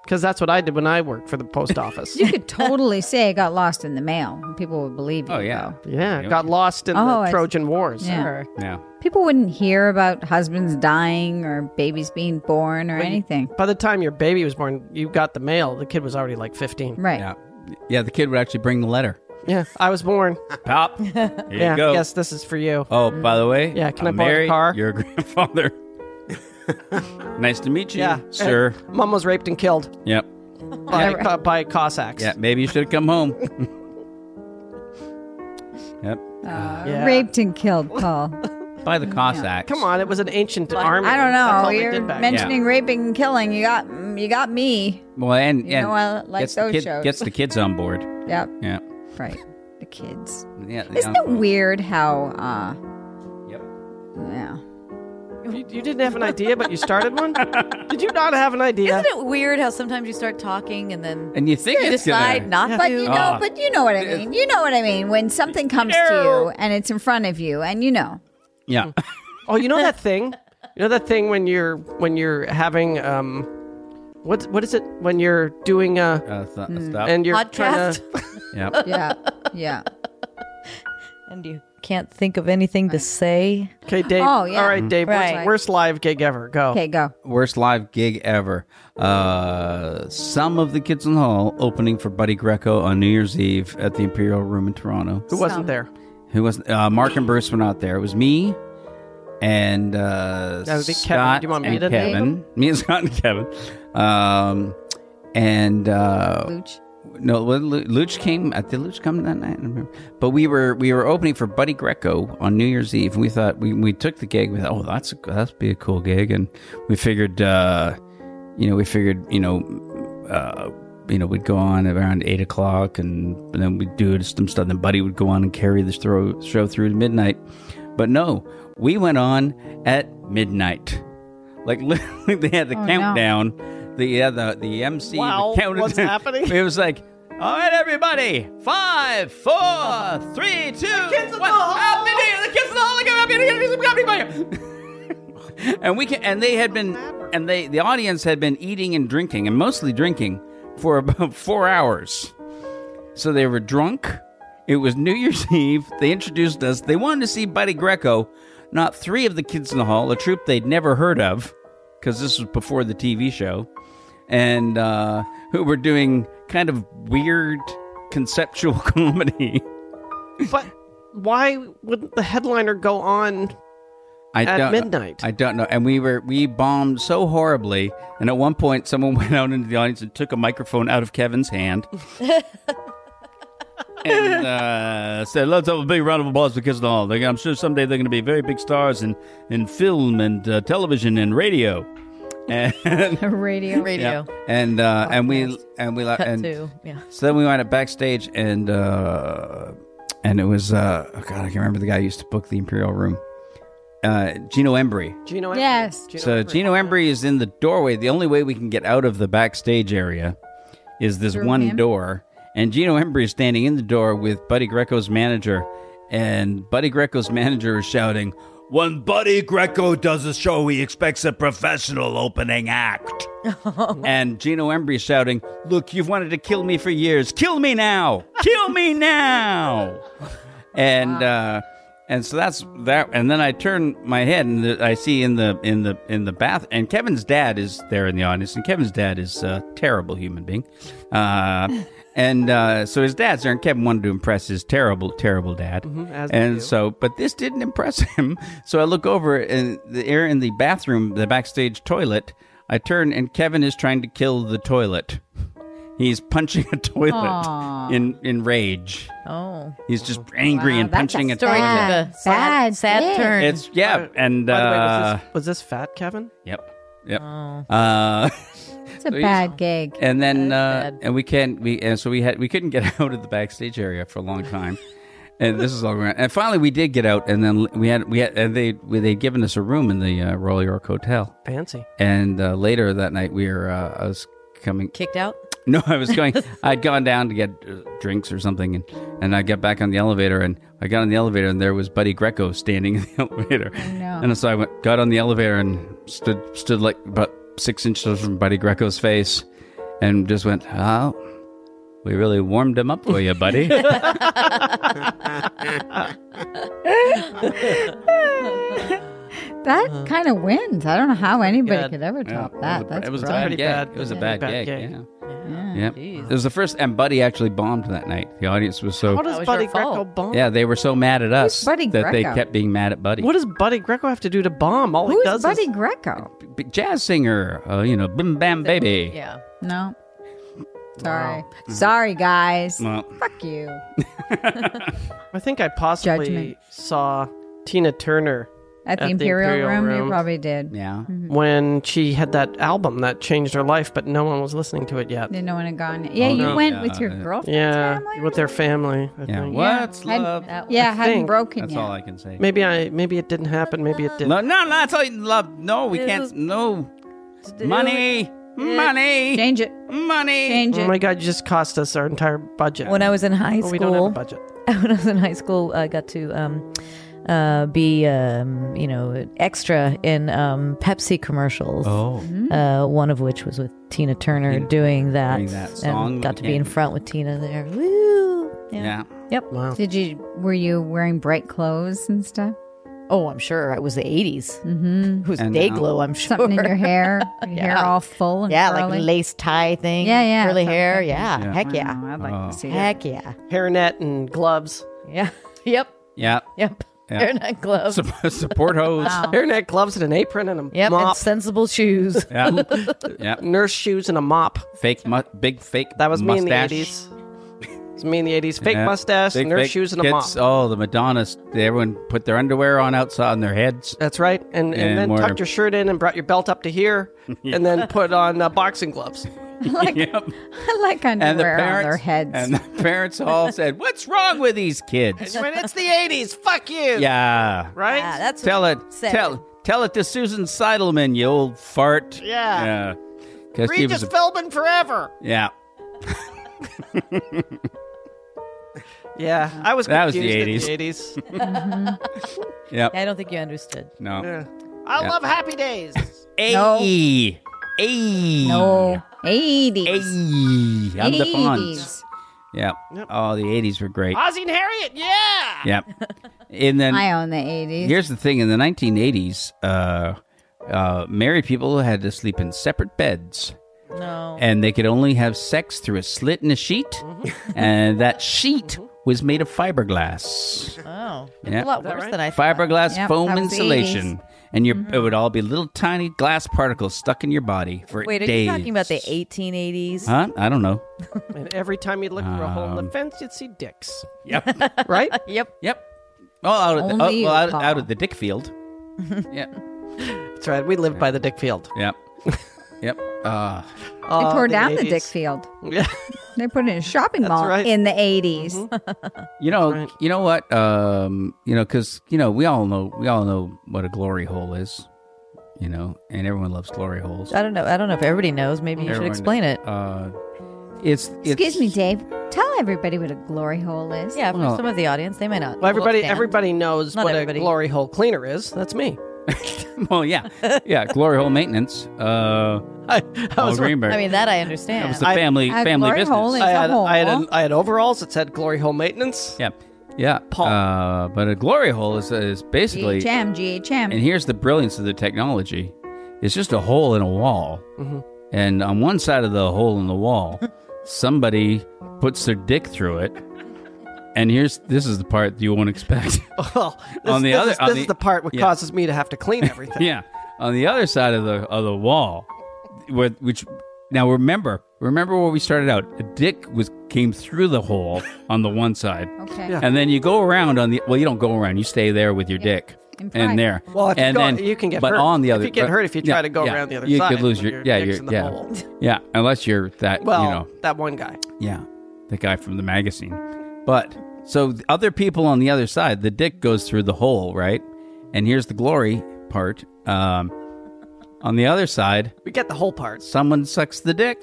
B: Because that's what I did when I worked for the post office.
D: You could totally say I got lost in the mail. and People would believe you.
A: Oh yeah.
B: yeah, got lost in
D: Oh, I
B: the
D: see.
B: Trojan Wars.
D: Yeah.
E: Sure.
A: Yeah.
D: though. People wouldn't hear about husbands dying or babies being born or anything.
B: By the time your baby was born, you got the mail. The kid was already like 15.
D: Right.
A: Yeah. Yeah, the kid would actually bring the letter.
B: Yeah, I was born.
A: Pop. Here
B: yeah,
A: you go.
B: yes, this is for you.
A: Oh, by the way,
B: Yeah, can I
A: I'm
B: borrow the
A: married,
B: car?
A: Your grandfather. Nice to meet you,
B: Yeah.
A: sir.
B: Mom was raped and killed
A: yep.
B: by, Co- by Cossacks.
A: Yeah, maybe you should have come home. yep.
B: Yeah.
D: Raped and killed, Paul.
A: By the Cossacks.
B: Come on, it was an ancient army.
D: I don't
B: That's all
D: know.
B: they
D: You're
B: did back
A: men-
B: then.
D: mentioning raping and killing. You got you got me.
A: Well, and,
D: You
A: and
D: know I like
A: gets,
D: those
A: the kid-
D: shows.
A: gets the kids on board.
D: Yep.
A: Yeah.
D: Right. The kids.
A: Yeah. they
D: Isn't
A: on
D: it
A: board.
D: weird how uh
A: Yep.
D: yeah.
B: You, you didn't have an idea, but you started one. Did you not have an idea?
E: Isn't it weird how sometimes you start talking and then
A: And you think
E: you
A: it's
E: decide
A: gonna,
E: not
D: But
E: to?
D: you know,
A: Ah.
D: but you know what I mean. You know what I mean when something comes to you and it's in front of you, and you know.
A: Yeah.
B: Oh, you know that thing? You know that thing when you're when you're having um, what what is it when you're doing uh
A: Uh, th- Stop.
B: and you're trying
E: podcast
B: to
A: yep.
D: Yeah, yeah.
E: and you can't think of anything to say.
B: okay Dave.
D: Oh, yeah.
B: All right, Dave. worst-
E: Right.
B: Worst, live gig ever. Go.
D: Okay, go.
A: Worst live gig ever. Uh, some of the kids in the hall opening for Buddy Greco on New Year's Eve at the Imperial Room in Toronto.
B: Who wasn't there?
A: Who was uh, Mark and Bruce were not there. It was me and uh,
B: That would be Kevin.
A: Scott
B: Do you want me
A: and
B: to name
A: Kevin. Me and Scott and Kevin. Um, and uh,
D: Luch.
A: no, well, Lu- Luch came. uh, Did Luch come that night? I don't remember. But we were we were opening for Buddy Greco on New Year's Eve, and we thought we, we took the gig. We thought, oh, that's a, that's be a cool gig, and we figured, uh, you know, we figured, you know, uh, you know, we'd go on around eight o'clock, and, and then we'd do some stuff. Then Buddy would go on and carry this throw, show through to midnight. But no, we went on at midnight. Like literally, they had the countdown. The yeah, the the MC
B: Oh, Wow,
A: the countdown.
B: what's happening?
A: It was like, all right, everybody, five, four, three, two,
B: in
A: one,
B: the hall!"
A: happy New Year! The kids in the hall, look at happy New Year, some happy New Year! And we can, and they had been, and they the audience had been eating and drinking, and mostly drinking for about four hours. So they were drunk. It was New Year's Eve. They introduced us. They wanted to see Buddy Greco, not three of the kids in the hall, a troupe they'd never heard of, because this was before the TV show and uh, who were doing kind of weird conceptual comedy.
B: But why would the headliner go on?
A: I
B: At
A: don't,
B: midnight.
A: I don't know. And we were we bombed so horribly. And at one point, someone went out into the audience and took a microphone out of Kevin's hand. and uh, said, "Let's have a big round of applause for Kids in the Hall. They- I'm sure someday they're going to be very big stars in in film and uh, television and radio." And
D: Radio.
E: Radio.
A: and uh, and we and we la-
E: Cut
A: and
E: to. Yeah.
A: So then we went up backstage, and uh, and it was uh, oh god, I can't remember the guy who used to book the Imperial Room, uh, Gino Embry.
B: Gino. Em-
D: Yes.
B: Gino
A: so
B: Embry.
A: Gino Embry is in the doorway. The only way we can get out of the backstage area is this one
D: him?
A: door, and Gino Embry is standing in the door with Buddy Greco's manager, and Buddy Greco's manager is shouting. When Buddy Greco does a show, he expects a professional opening act. and Gino Embry shouting, Look, you've wanted to kill me for years. Kill me now! Kill me now! and uh, and so that's that. And then I turn my head and the, I see in the in the in the bath. And Kevin's dad is there in the audience. And Kevin's dad is a terrible human being. Uh, and uh, so his dad's there, and Kevin wanted to impress his terrible, terrible dad.
B: Mm-hmm, as they do.
A: and so, but this didn't impress him. So I look over, and the air in the bathroom, the backstage toilet. I turn, and Kevin is trying to kill the toilet. He's punching a toilet in in rage.
E: Oh.
A: He's just angry and
D: that's a
A: punching a
E: Story
A: toilet.
D: Bad,
E: took a sad,
D: bad
E: sad
D: thing.
E: turn.
A: It's yeah, and
B: By the way,
A: uh,
B: was this, was this fat Kevin?
A: yep, yep. Uh,
D: It's a
A: So you-
D: bad gig.
A: and then uh,
E: That's bad.
A: and we can't we and so we had we couldn't get out of the backstage area for a long time. And this is all around. And finally, we did get out, and then we had we had and they we, they'd given us a room in the uh, Royal York Hotel.
B: Fancy.
A: And uh, later that night, we were uh, I was coming
E: Kicked out.
A: No, I was going. I'd gone down to get uh, drinks or something, and, and I got back on the elevator, and I got on the elevator, and there was Buddy Greco standing in the elevator.
D: no.
A: And so I went, got on the elevator, and stood stood like about six inches from Buddy Greco's face, and just went, "Oh, we really warmed him up for you, buddy."
D: That kind of wins. I don't know how anybody
B: God.
D: could ever top
A: Yeah,
D: that. That's
A: It was, a,
D: brilliant.
A: bad,
B: Pretty
A: it was a bad
B: bad-
A: gig. It was a
B: yeah.
A: bad,
B: bad
A: gig. Yeah.
B: gig.
E: Yeah.
A: Yeah.
E: Jeez.
A: It was the first, and Buddy actually bombed that night. The audience was so.
B: How
E: That
B: does
E: was
B: Buddy
E: your fault.
B: Greco bomb?
A: Yeah, they were so mad at us
D: Buddy
A: that they
D: Greco?
A: kept being mad at Buddy.
B: What does Buddy Greco have to do to bomb? All he
D: Who's
B: does
D: Buddy
B: is
D: Greco?
A: big jazz singer, uh, you know, Bim Bam Baby.
E: Yeah.
D: No. Sorry.
A: Mm-hmm.
D: Sorry, guys.
A: Well,
D: Fuck you.
B: I think I possibly
D: Judgment.
B: saw Tina Turner
D: At, the,
B: At the
D: Imperial,
B: Imperial
D: Room,
B: Room.
D: you probably did.
A: yeah.
B: Mm-hmm. when she had that album that changed her life, but no one was listening to it yet.
D: Then no one had gone. Yeah,
A: Oh,
D: you
A: no.
D: went
A: Yeah,
D: with your
A: uh,
D: girlfriend's
B: Yeah,
D: family or
B: with their family. I
A: Yeah.
B: think.
A: What's
D: something?
A: love?
D: Hadn't- uh, yeah, hadn't
B: think.
D: broken
A: That's
D: yet.
A: all I can say.
B: Maybe I. Maybe it didn't happen. Maybe it did.
A: No, no, no, that's all you love. No, we
E: This
A: can't.
E: is-
A: No. Money. Money.
D: Change it.
A: Money.
D: Change
B: Oh
D: it.
B: my god! You just cost us our entire budget.
E: When I was in high
B: Well, we don't have a
E: school,
B: budget.
E: when I was in high school, I got to um, uh, be, um, you know, extra in um, Pepsi commercials.
A: Oh.
E: Uh, one of which was with Tina Turner doing that,
A: doing that song
E: and
A: with
E: got to be in
A: Ken.
E: front with Tina there. Woo!
A: Yeah.
E: Yep.
B: Wow.
D: Did you? Were you wearing bright clothes and stuff?
E: Oh, I'm sure it was the 80s.
D: Mm-hmm.
E: It was
A: And,
E: day
A: uh,
E: glow, I'm sure.
D: Something in your hair. Your hair all full and
E: yeah,
D: curly.
E: like lace tie thing.
D: Yeah, yeah,
E: Curly
D: something.
E: hair. Yeah.
A: Yeah.
E: Heck yeah.
D: Wow, I'd like
A: Oh.
D: to see that.
E: Heck yeah.
B: Hairnet and gloves.
E: Yeah. Yep.
A: Yeah.
E: Yep.
A: Yeah.
E: They're not gloves.
A: Sup- Support hose.
D: Wow.
B: Hairnet, gloves, and an apron and a
E: Yep.
B: mop.
E: And sensible shoes.
A: Yeah. yeah.
B: nurse shoes and a mop.
A: Fake, mu- big fake.
B: That was me in the
A: mustache.
B: eighties. It's me in the eighties. Fake
A: Yeah.
B: mustache,
A: Big
B: nurse
A: fake
B: shoes, and a mop.
A: kids. Oh, the Madonnas. They, everyone put their underwear on outside on their heads.
B: That's right. And, and,
A: And
B: then
A: wore-
B: tucked your shirt in and brought your belt up to here, and then put on uh, boxing gloves.
A: yep.
D: I like underwear
A: And the parents.
D: on their heads.
A: And the parents all said, What's wrong with these kids?
B: But it's the eighties. Fuck you.
A: Yeah.
B: Right.
E: Yeah, that's
A: Tell it.
E: said.
A: Tell Tell it to Susan Seidelman, you old fart.
G: Yeah.
A: Yeah. 'Cause she
G: Regis
A: was a-
G: Philbin forever.
A: yeah.
B: yeah. I was.
A: That was the
B: confused at
A: 80s.
B: Eighties.
A: Yep.
E: I don't think you understood.
A: No.
G: I
A: Yeah.
G: love happy days.
A: A.
D: No.
A: A.
D: no, Oh, eighties.
A: Ayy, I'm the Fonz.
D: Eighties.
A: Yep. Oh, the 80s were great.
G: Ozzy and Harriet, yeah.
A: Yep. And then
D: I own the eighties.
A: here's the thing in the 1980s, uh, uh, married people had to sleep in separate beds
E: No.
A: and they could only have sex through a slit in a sheet. And that sheet was made of fiberglass.
E: Oh.
A: Yeah.
E: A lot worse than I thought.
A: Fiberglass
D: Yep,
A: foam
D: that was the
A: insulation. And your, it would all be little tiny glass particles stuck in your body for
E: Wait, are
A: days.
E: you talking about the 1880s?
A: Huh? I don't know.
B: And every time you look for a hole in
A: Um,
B: the fence, you'd see dicks.
A: Yep.
B: Right.
E: Yep.
A: Yep. Oh, out of the,
D: Only
A: oh,
D: you,
A: well, out,
D: Paul.
A: out of the dick field. yeah.
B: That's right. We lived by the dick field.
A: Yep. Yep. Uh,
D: They
B: Oh,
D: tore down the
B: 80s.
D: dick field.
B: Yeah.
D: They put it in a shopping mall
B: right.
D: in the 80s
A: you know,
B: Right.
A: you know what? Um, you know, because you know, we all know, we all know what a glory hole is. You know, and everyone loves glory holes.
E: I don't know. I don't know if everybody knows. Maybe you should
A: Everyone-
E: explain it.
A: Uh, it's, it's
D: Excuse me, Dave. Tell everybody what a glory hole is.
E: Yeah, for
A: well-
E: some of the audience, they may not.
B: Well, everybody,
E: understand.
B: everybody knows
E: Not
B: what
E: everybody.
B: a glory hole cleaner is. That's me.
A: Well, yeah, yeah. Glory hole maintenance. Uh,
B: I, I
A: Paul
B: was
A: Greenberg.
E: I mean, that I
A: that
E: understand.
A: was the
B: I-
A: family
D: I-
A: family
D: glory
A: business.
D: hole is-
B: I had,
D: a hole.
B: I had an- I had overalls that said Glory Hole Maintenance.
A: yeah, yeah.
B: Paul.
A: Uh, but a glory hole is is basically
D: GHM, GHM.
A: And here's the brilliance of the technology it's just a hole in a wall. And on one side of the hole in the wall, somebody puts their dick through it. And here's this is the part you won't expect.
B: Well, this,
A: On the
B: this
A: other-
B: is,
A: on
B: this
A: the-
B: is the part what
A: yeah.
B: causes me to have to clean everything.
A: yeah. On the other side of the of the wall, with- which now remember, remember where we started out. A dick was came through the hole on the one side.
D: okay.
B: Yeah.
A: And then you go around on the well, you don't go around. You stay there with your dick
D: In pride.
A: and there.
B: Well, if you
A: and
B: go-
A: then
B: you can get
A: but
B: hurt.
A: on the
B: If
A: other.
B: you get
A: but-
B: hurt if you try to go around the other
A: you
B: side
A: could lose
B: when
A: your
B: your
A: yeah
B: dick's
A: your-
B: in the
A: yeah
B: hole.
A: yeah unless you're that
B: Well,
A: you know
B: that one guy.
A: yeah the guy from the magazine, but so the other people on the other side the dick goes through the hole right, and here's the glory part. Um, on the other side,
B: We get the whole part.
A: someone sucks the dick.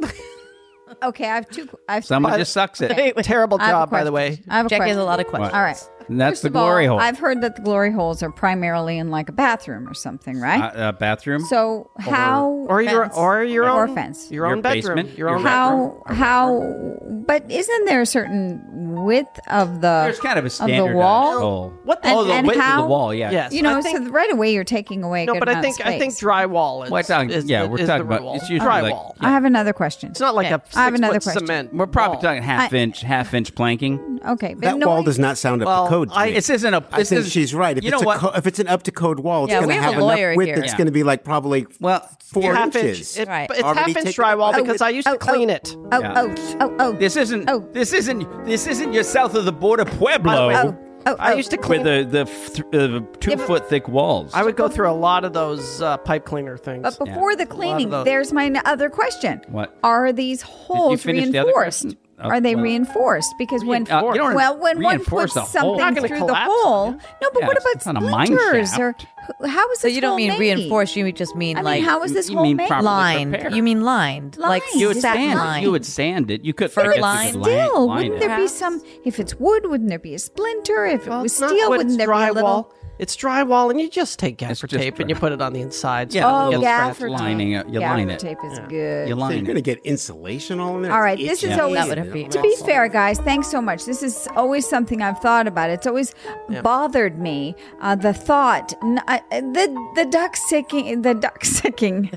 D: Okay, I have two. I have
A: Someone just sucks it.
B: Terrible
D: I have a
B: job, by the way.
D: question. I have a
E: Jack
D: question.
E: has a lot of questions.
A: What?
D: All right.
A: And that's
D: First
A: the
D: of all,
A: glory hole.
D: I've heard that the glory holes are primarily in like a bathroom or something,
A: uh,
D: right?
A: uh, bathroom.
D: so how
B: Or your
D: fence-
B: or your
D: or
B: own
D: fence.
B: Your,
A: Your
B: own bedroom.
A: basement,
B: Your
A: your
B: own
A: bathroom.
B: bedroom.
D: how how but isn't there a certain width of the
A: There's kind of a standard
D: of the wall?
A: hole.
B: What the-
A: oh,
D: And-
A: the
D: and
A: width of
D: how-
A: the wall. Yeah.
B: Yes.
D: You know,
B: I think,
D: so right away you're taking away. a
B: no,
D: good
B: but I
D: amount of
B: think I think
D: space.
B: drywall is.
A: Well, talking-
B: is
A: yeah,
B: the-
A: we're
B: is
A: talking
B: the
A: about-
B: rule.
A: it's usually like-
B: drywall.
D: I have another question.
B: It's not like a six
D: I have another
B: foot
D: question.
B: cement.
A: We're probably
B: wall.
A: talking half inch, half inch planking.
D: okay, but
H: That
D: no
H: wall
D: one-
H: does not sound
B: Well,
F: code. to
A: I,
F: me.
A: this isn't a. This
F: I think
A: is,
F: she's right. If
A: you know
F: it's a
A: what?
F: Co- if it's an up to code wall, it's
E: Yeah,
F: going
E: we
F: to
E: have
F: have
E: a
F: enough
E: lawyer
F: width.
E: here.
F: It's
E: Yeah.
F: going to be like probably
A: Well,
F: four
B: half
F: inches.
B: Inch, it-
E: Right.
B: It's
F: Already
B: half inch
F: taken-
B: drywall
F: Oh,
B: because I used to clean it.
D: Oh,
A: Yeah.
D: oh, oh, oh.
A: This isn't.
D: Oh.
A: This isn't. This isn't your south of the border Pueblo.
D: Oh, oh,
B: I
D: oh.
B: used to
A: With
B: clean.
A: the the f- uh, two foot thick walls.
B: I would go through a lot of those uh, pipe cleaner things.
D: But before the cleaning,
B: those-
D: there's my n- other question.
A: What?
D: are these holes
A: finish the other
D: reinforced?
A: question? Oh,
D: are they
A: well.
D: reinforced? Because when
A: Rein- uh, you don't
D: well, when one
A: reinforce
D: puts
A: a hole. Not
D: something
A: gonna
D: through the
B: collapse
D: hole,
B: it.
D: no. But
A: Yeah,
D: what about
A: it's not a mine
D: splinters or
A: shaft.
D: h- how is
E: So
D: this?
E: you don't
D: hole
E: mean
D: made?
E: reinforced. You just mean
D: I mean,
E: like
D: how is this
A: you
D: hole
A: mean
D: made?
A: properly
E: lined.
A: prepared.
E: You mean lined, like
D: Lined.
A: You would
E: satin
A: sand
E: lined.
A: it. You would sand it. You could
E: Fur
A: I guess you
E: lined.
A: could line-
D: Still,
A: line
D: wouldn't
A: it.
D: there be
E: Perhaps.
D: some? If it's wood, wouldn't there be a splinter? If
B: Well,
D: it was
B: it's not
D: steel,
B: wood,
D: wouldn't
B: it's
D: there be a little?
B: It's drywall, and you just take gaffer
A: just
B: tape and
A: dry-
B: you put it on the inside.
A: Yeah,
B: it
A: Oh,
D: Oh,
B: gets
A: yeah,
D: gaffer tape.
A: lining it. You
D: gaffer
A: line it.
D: tape is good.
A: You
F: So you're
A: line
F: going to
A: it.
F: get insulation all in there.
D: All
F: It's
D: right, this
F: itchy.
D: is always
E: That would have been
D: to be
E: awful.
D: fair, guys. Thanks so much. This is always something I've thought about. It's always bothered me uh, the thought, n- uh, the the duck sicking, the duck sicking,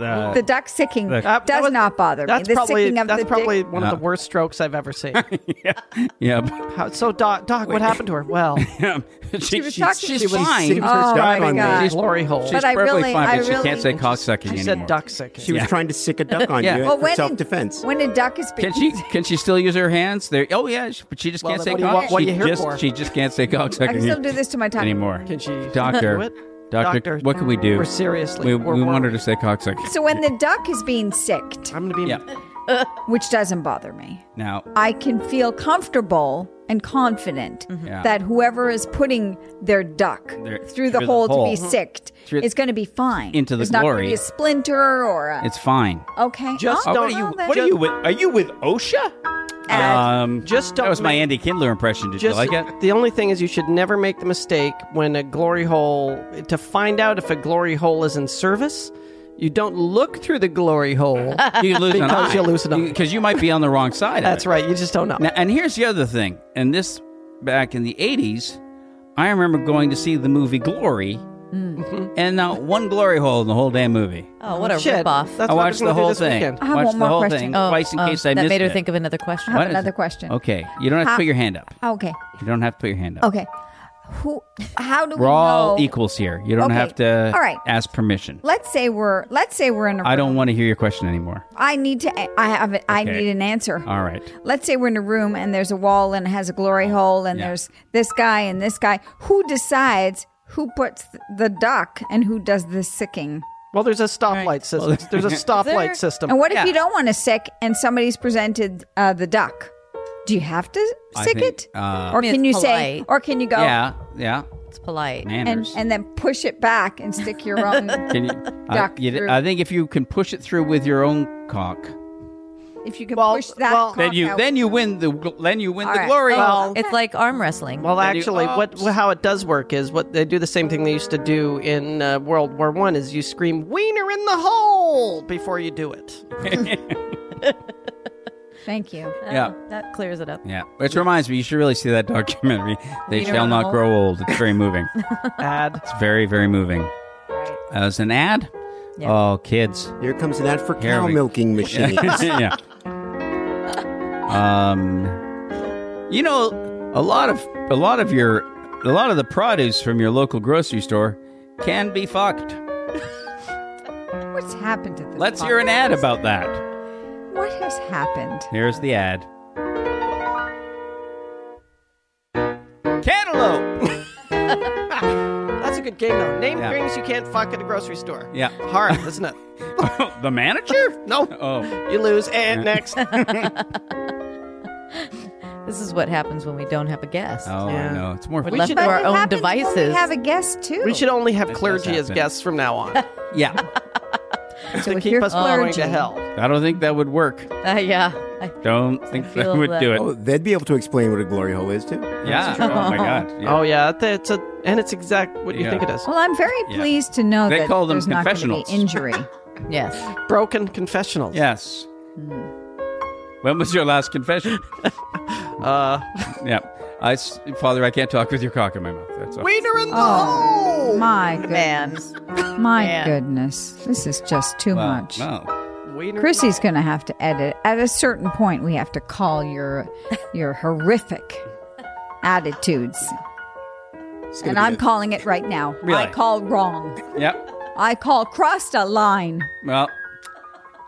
A: Uh,
D: the duck sicking
A: Look.
B: Uh,
D: does
B: that was-
D: not bother me.
B: That's
D: The
B: probably
D: sicking of
B: that's
D: the
B: probably
D: dick.
B: one of the worst strokes I've ever seen.
A: yeah. but-
B: How, so Doc, Doc what happened to her? Well,
A: she,
D: was
A: she's,
D: talking-
A: she's
D: she was
A: fine.
F: singing to her
D: Oh,
F: dog
D: my
F: on there.
D: God.
A: She's
B: glory hole.
A: She's
D: But I
A: perfecally
D: really- I
A: fine, but
D: really-
A: she can't say cocksucking
B: she
A: anymore.
B: said duck sick.
F: She was trying to sick a duck on
A: Yeah.
F: you
A: Well,
F: for
D: when
F: self defense.
D: A, when a duck is
A: Can
D: being
A: she can she still use her hands? There. Oh yeah, she, but she just
B: Well,
A: can't
B: then
A: say
B: what do you
A: cock.
B: want- what are
A: she
B: you here
A: just
B: for?
A: she just can't say cocksucking
D: I can still do this to my tongue
A: anymore.
B: Can she do
A: Doctor,
B: it?
A: doctor,
B: Doctor,
A: what can we do?
B: we're seriously-
A: We,
B: we're
A: we want her to
B: worried.
A: say cocksucking.
D: So when the duck is being sicked,
B: I'm gonna be.
A: Yeah.
D: which doesn't bother me,
A: Now,
D: I can feel comfortable and confident
A: Yeah.
D: that whoever is putting their duck
A: Their-
D: through the hole to be
A: Mhm.
D: sicked
A: Through-
D: is going to be fine.
A: Into the
D: There's not gonna
A: glory.
D: be a splinter or a,
A: it's fine.
D: okay.
B: Just
D: oh,
A: Oh,
B: don't-
A: what are you?
D: well, then.
A: What are you with? Are you with OSHA?
D: Ed,
A: Um,
B: Just
A: that
B: don't
A: was my
B: make-
A: Andy Kindler impression. Did
B: Just
A: you like it?
B: the only thing is you should never make the mistake when a glory hole to find out if a glory hole is in service. You don't look through the glory hole.
A: You lose an
B: Because
A: eye.
B: you'll lose an eye.
A: Because you might be on the wrong side.
B: That's
A: of it.
B: right. You just don't know.
A: Now, and here's the other thing. And this, back in the '80s, I remember going to see the movie Glory,
B: Mm-hmm.
A: and not one glory hole in the whole damn movie.
E: Oh, what a
B: Shit.
E: ripoff!
B: That's
A: I
B: what
A: watched
B: we're
A: the
B: gonna do
A: whole
B: this
A: thing.
B: weekend.
D: I have
A: watched
D: one
A: the
D: more
A: whole
D: question.
A: thing
E: Oh,
A: twice in
E: oh,
A: case I
E: that
A: missed
E: made her
A: it.
E: think of another question.
D: How-
A: What is
D: Another
A: it?
D: question.
A: Okay, you don't have to
D: How- Oh,
A: put your hand up.
D: okay.
A: You don't have to put your hand up.
D: Okay. Who? How do we
A: We're all
D: know?
A: equals here. You don't
D: Okay.
A: have to
D: All right.
A: ask permission.
D: Let's say we're. Let's say we're in a.
A: I don't want to hear your question anymore.
D: I need to. I have. A, I
A: Okay.
D: need an answer.
A: All right. Oh,
D: Let's say we're in a room and there's a wall and it has a glory hole and
A: Yeah.
D: there's this guy and this guy. Who decides who puts the duck and who does the sicking?
B: Well, there's a stoplight system. There's a stoplight
E: there-
B: system.
D: And what if you don't want to sick and somebody's presented uh, the duck? Do you have to
A: I
D: sick
A: think,
D: it,
A: uh,
D: or
E: mean,
D: can
E: it's
D: you say,
E: polite.
D: or can you go
A: Yeah, yeah.
E: It's polite.
D: and
A: Manners.
D: and then push it back and stick your own?
A: Can you, I,
D: Duck
A: you-
D: through.
A: I think if you can push it through with your own cock,
D: if you can
B: Well,
D: push that,
B: well-
A: then
D: cock
A: you
D: out.
A: then you win the then you win
D: All
A: the
D: right.
A: glory.
B: Well,
E: It's like arm wrestling.
B: Well,
A: Then you-
B: actually, what
A: Oops.
B: how it does work is what they do the same thing they used to do in uh, World War One is you scream "Wiener in the hole" before you do it.
D: thank you.
A: yeah.
E: that clears it up.
A: Yeah, which reminds me, you should really see that documentary. They
E: You
A: shall
E: don't
A: not
E: know?
A: grow old. It's very moving.
B: Ad.
A: it's very very moving. As an ad,
E: Yeah.
A: oh kids,
F: Here comes an ad for
A: Here
F: cow
A: we-
F: milking machines.
A: yeah. Um, you know, a lot of a lot of your a lot of the produce from your local grocery store can be fucked.
D: What's happened to this?
A: Let's hear an
D: podcast?
A: ad about that.
D: What has happened?
A: Here's the ad. Cantaloupe.
B: That's a good game though. Name
A: Yeah.
B: things you can't fuck at a grocery store.
A: Yeah.
B: hard, isn't it?
A: the manager?
B: No,
A: Oh.
B: you lose. And next,
E: This is what happens when we don't have a guest.
A: Oh,
B: Yeah.
A: I know. It's more
E: We're
A: fun.
E: left
B: should-
E: to our
D: it
E: own
D: happens when
E: devices.
D: We have a guest too.
B: we should only have
A: That does
B: clergy as
A: happen.
B: guests from now on
A: Yeah.
D: So
B: to
D: if
B: keep
D: you're
B: us going
D: clergy-
B: to hell.
A: I don't think that would work.
E: Uh, yeah. I-
A: Don't think
E: I
A: that
E: feel
A: would
E: that-
A: do it.
F: Oh, they'd be able to explain what a glory hole is too.
A: yeah. Oh my god. Yeah.
B: Oh yeah, that's a and it's exact what you
A: Yeah.
B: think it is.
D: Well, I'm very
A: Yeah.
D: pleased to know
A: They
D: that
A: call them
D: there's not going to be
A: confessionals.
D: injury.
E: yes.
B: Broken confessionals.
A: Yes.
D: Hmm.
A: When was your last confession?
B: Uh,
A: yeah. I, s- Father, I can't talk with your cock in my mouth. That's all.
B: wiener in the
D: Oh, my
E: Man.
D: goodness. My
E: Man.
D: goodness. This is just too
A: Wow.
D: much.
A: Wow.
B: hole. Wiener.
D: Chrissy's going to have to edit. At a certain point, we have to call your your horrific attitudes.
A: It's gonna
D: And
A: be
D: I'm
A: good.
D: calling it right now.
A: Really?
D: I call wrong.
A: Yep.
D: I call crossed a line.
A: Well,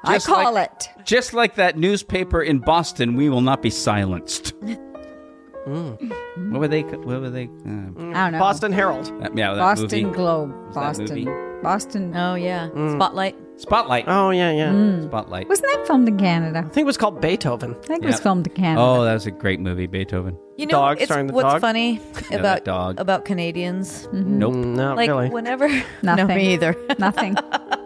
A: Just
D: I call
A: like-
D: it.
A: just like that newspaper in Boston, we will not be silenced.
D: Mm.
A: What were they? What were they? Uh,
D: I don't know.
B: Boston Herald.
A: that, yeah, that
D: Mm. Boston
A: movie.
D: Globe.
A: that movie?
D: Boston. Boston.
E: Oh yeah,
A: Mm.
E: spotlight.
A: Spotlight.
D: um,
B: Oh yeah, yeah.
A: Mm. Spotlight.
D: Wasn't that filmed in Canada?
B: I think it was called Beethoven.
D: I think it
A: Yeah.
D: was filmed in Canada.
A: Oh, that was a great movie, Beethoven.
E: You know,
B: Dog,
E: it's
B: starring the
E: what's
B: dog?
E: funny
A: that
E: about
A: dog.
E: about Canadians.
A: Nope.
B: Mm, Not
E: Like
B: really.
E: whenever,
D: Nothing.
E: no, me either.
D: Nothing.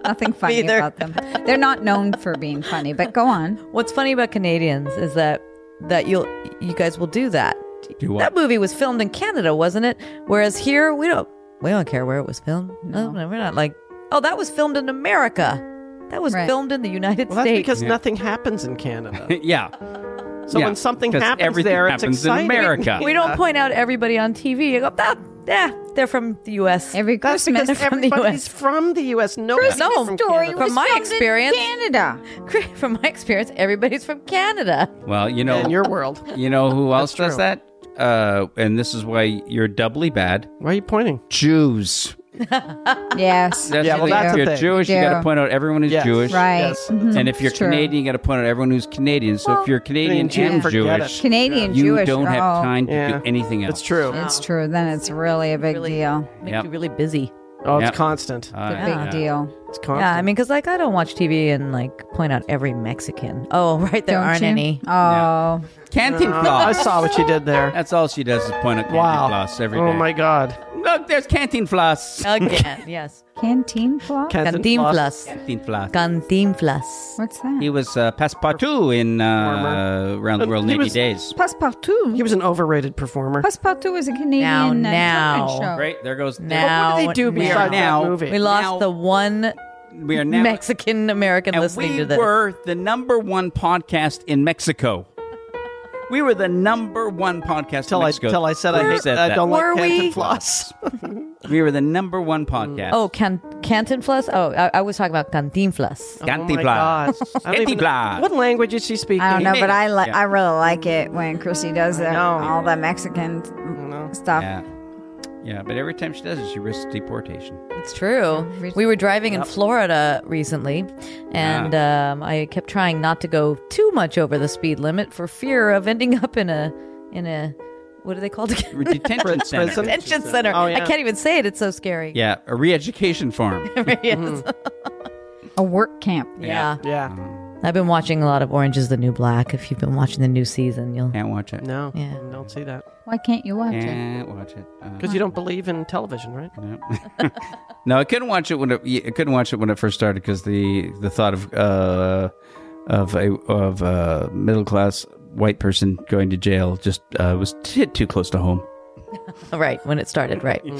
D: Nothing funny
E: Neither.
D: about them. They're not known for being funny, but go on.
E: What's funny about Canadians is that that you'll you guys will do that.
A: Do what?
E: That movie was filmed in Canada, wasn't it? Whereas here we don't we don't care where it was filmed. No, no, we're not like oh that was filmed in America. That was
D: Right.
E: filmed in the United
B: Well, that's
E: States.
B: because nothing happens in Canada.
A: yeah.
B: So
A: Yeah,
B: when something
A: 'cause
B: happens
A: everything
B: there, it's
A: happens in
B: exciting.
A: America.
E: we don't point out everybody on TV. You go, ah, yeah, they're from the U.S.
D: Every
B: That's
D: Christmas.
B: because
E: They're from the
B: everybody's
E: US.
B: from the U.S. Nobody's
E: No,
B: from
D: story
B: Canada.
D: was
E: From my
D: filmed in
E: experience-
D: Canada.
E: From my experience, everybody's from Canada.
A: Well, you know,
B: in your world.
A: you know who else does
B: true.
A: that? Uh, and this is why you're doubly bad.
B: Why are you pointing?
A: Jews.
D: Yes.
A: That's
B: Yeah,
A: the
B: well,
A: thing.
B: that's
A: if
B: the
A: you're
B: thing.
A: Jewish, you
D: Yeah.
A: got to point out everyone who's
B: Yes.
A: Jewish.
D: Right.
B: Yes.
D: Mhm.
A: And if you're
D: It's true.
A: Canadian, you got to point out everyone who's Canadian. So if you're Canadian
B: Canadian,
A: and
B: forget
A: Jewish,
D: Canadian
A: you
D: Jewish.
A: don't have
D: oh,
A: time to
B: Yeah.
A: do anything else.
B: It's true.
D: It's true. Then it's really a big
E: Really-
D: deal.
E: Makes
A: Yep.
E: you really busy.
B: Oh,
A: Yeah.
B: it's constant.
A: Uh,
D: Big
A: yeah.
D: deal.
B: It's constant.
E: Yeah, I mean, because like I don't watch TV and like point out every Mexican. Oh, right, there
D: Don't
E: aren't
D: you?
E: any.
D: Oh.
A: Canteen
B: Oh, I
A: floss.
B: saw what you did there.
A: That's all she does is point at canteen
B: Wow.
A: floss every day.
B: Oh my God.
A: Look, there's canteen floss.
E: Again, yes.
D: Canteen floss?
E: Cantinflas.
A: Canteen floss.
E: Cantinflas.
D: What's that?
A: He was uh, Passepartout in uh,
B: Farmer.
A: Around the
B: Uh,
A: World in
B: he
A: 80
B: was-
A: Days.
D: Passepartout.
B: He was an overrated performer.
D: Passepartout is a Canadian uh,
E: Now,
D: children's
E: now.
D: show.
A: Right? There goes.
E: Now,
B: what do they do
E: now-
B: besides
A: now-
B: that
E: we
B: movie?
E: lost
A: Now-
E: the one
A: We are now.
E: Mexican American
A: and
E: listening
A: we
E: to this.
A: were the number one podcast in Mexico. We were the number one podcast
B: Till
A: in
B: I,
A: Mexico.
B: till I said
A: They
B: I, I
A: that.
B: don't Mm.
E: Were
B: like Canton
E: we?
B: Floss.
A: We were the number one podcast.
E: oh, can Cantinflas. Oh, I, I was talking about Cantinflas.
A: Canteen
B: Oh my
A: floss.
B: gosh. I don't even-
A: Cantinflas.
B: What language is she speaking?
D: I don't know, but I like.
A: Yeah.
D: I really like it when Chrissy does it.
B: know.
D: All the Mexican stuff.
A: Yeah. Yeah, but every time she does it, she risks deportation.
E: It's true. We were driving in Florida recently, and um, I kept trying not to go too much over the speed limit for fear of ending up in a in a what are they called again?
A: Detention center.
B: prison?
E: Detention center.
B: Oh, yeah.
E: I can't even say it. It's so scary.
A: Yeah, Mm-hmm. a re-education farm.
E: Yes.
D: A work camp.
E: Yeah.
A: Mm.
B: Yeah.
E: I've been watching a lot of Orange is the New Black. If you've been watching the new season, you'll.
A: Can't watch it.
B: No.
E: Yeah.
B: Don't see that.
D: Why can't you watch it?
A: Can't watch it. Uh,
B: Because you don't believe in television, right?
A: no, I couldn't watch it when it, I couldn't watch it when it first started because the the thought of uh, of a of a middle class white person going to jail just uh, was t- too close to home.
E: Right, when it
A: Mm.
E: started, right.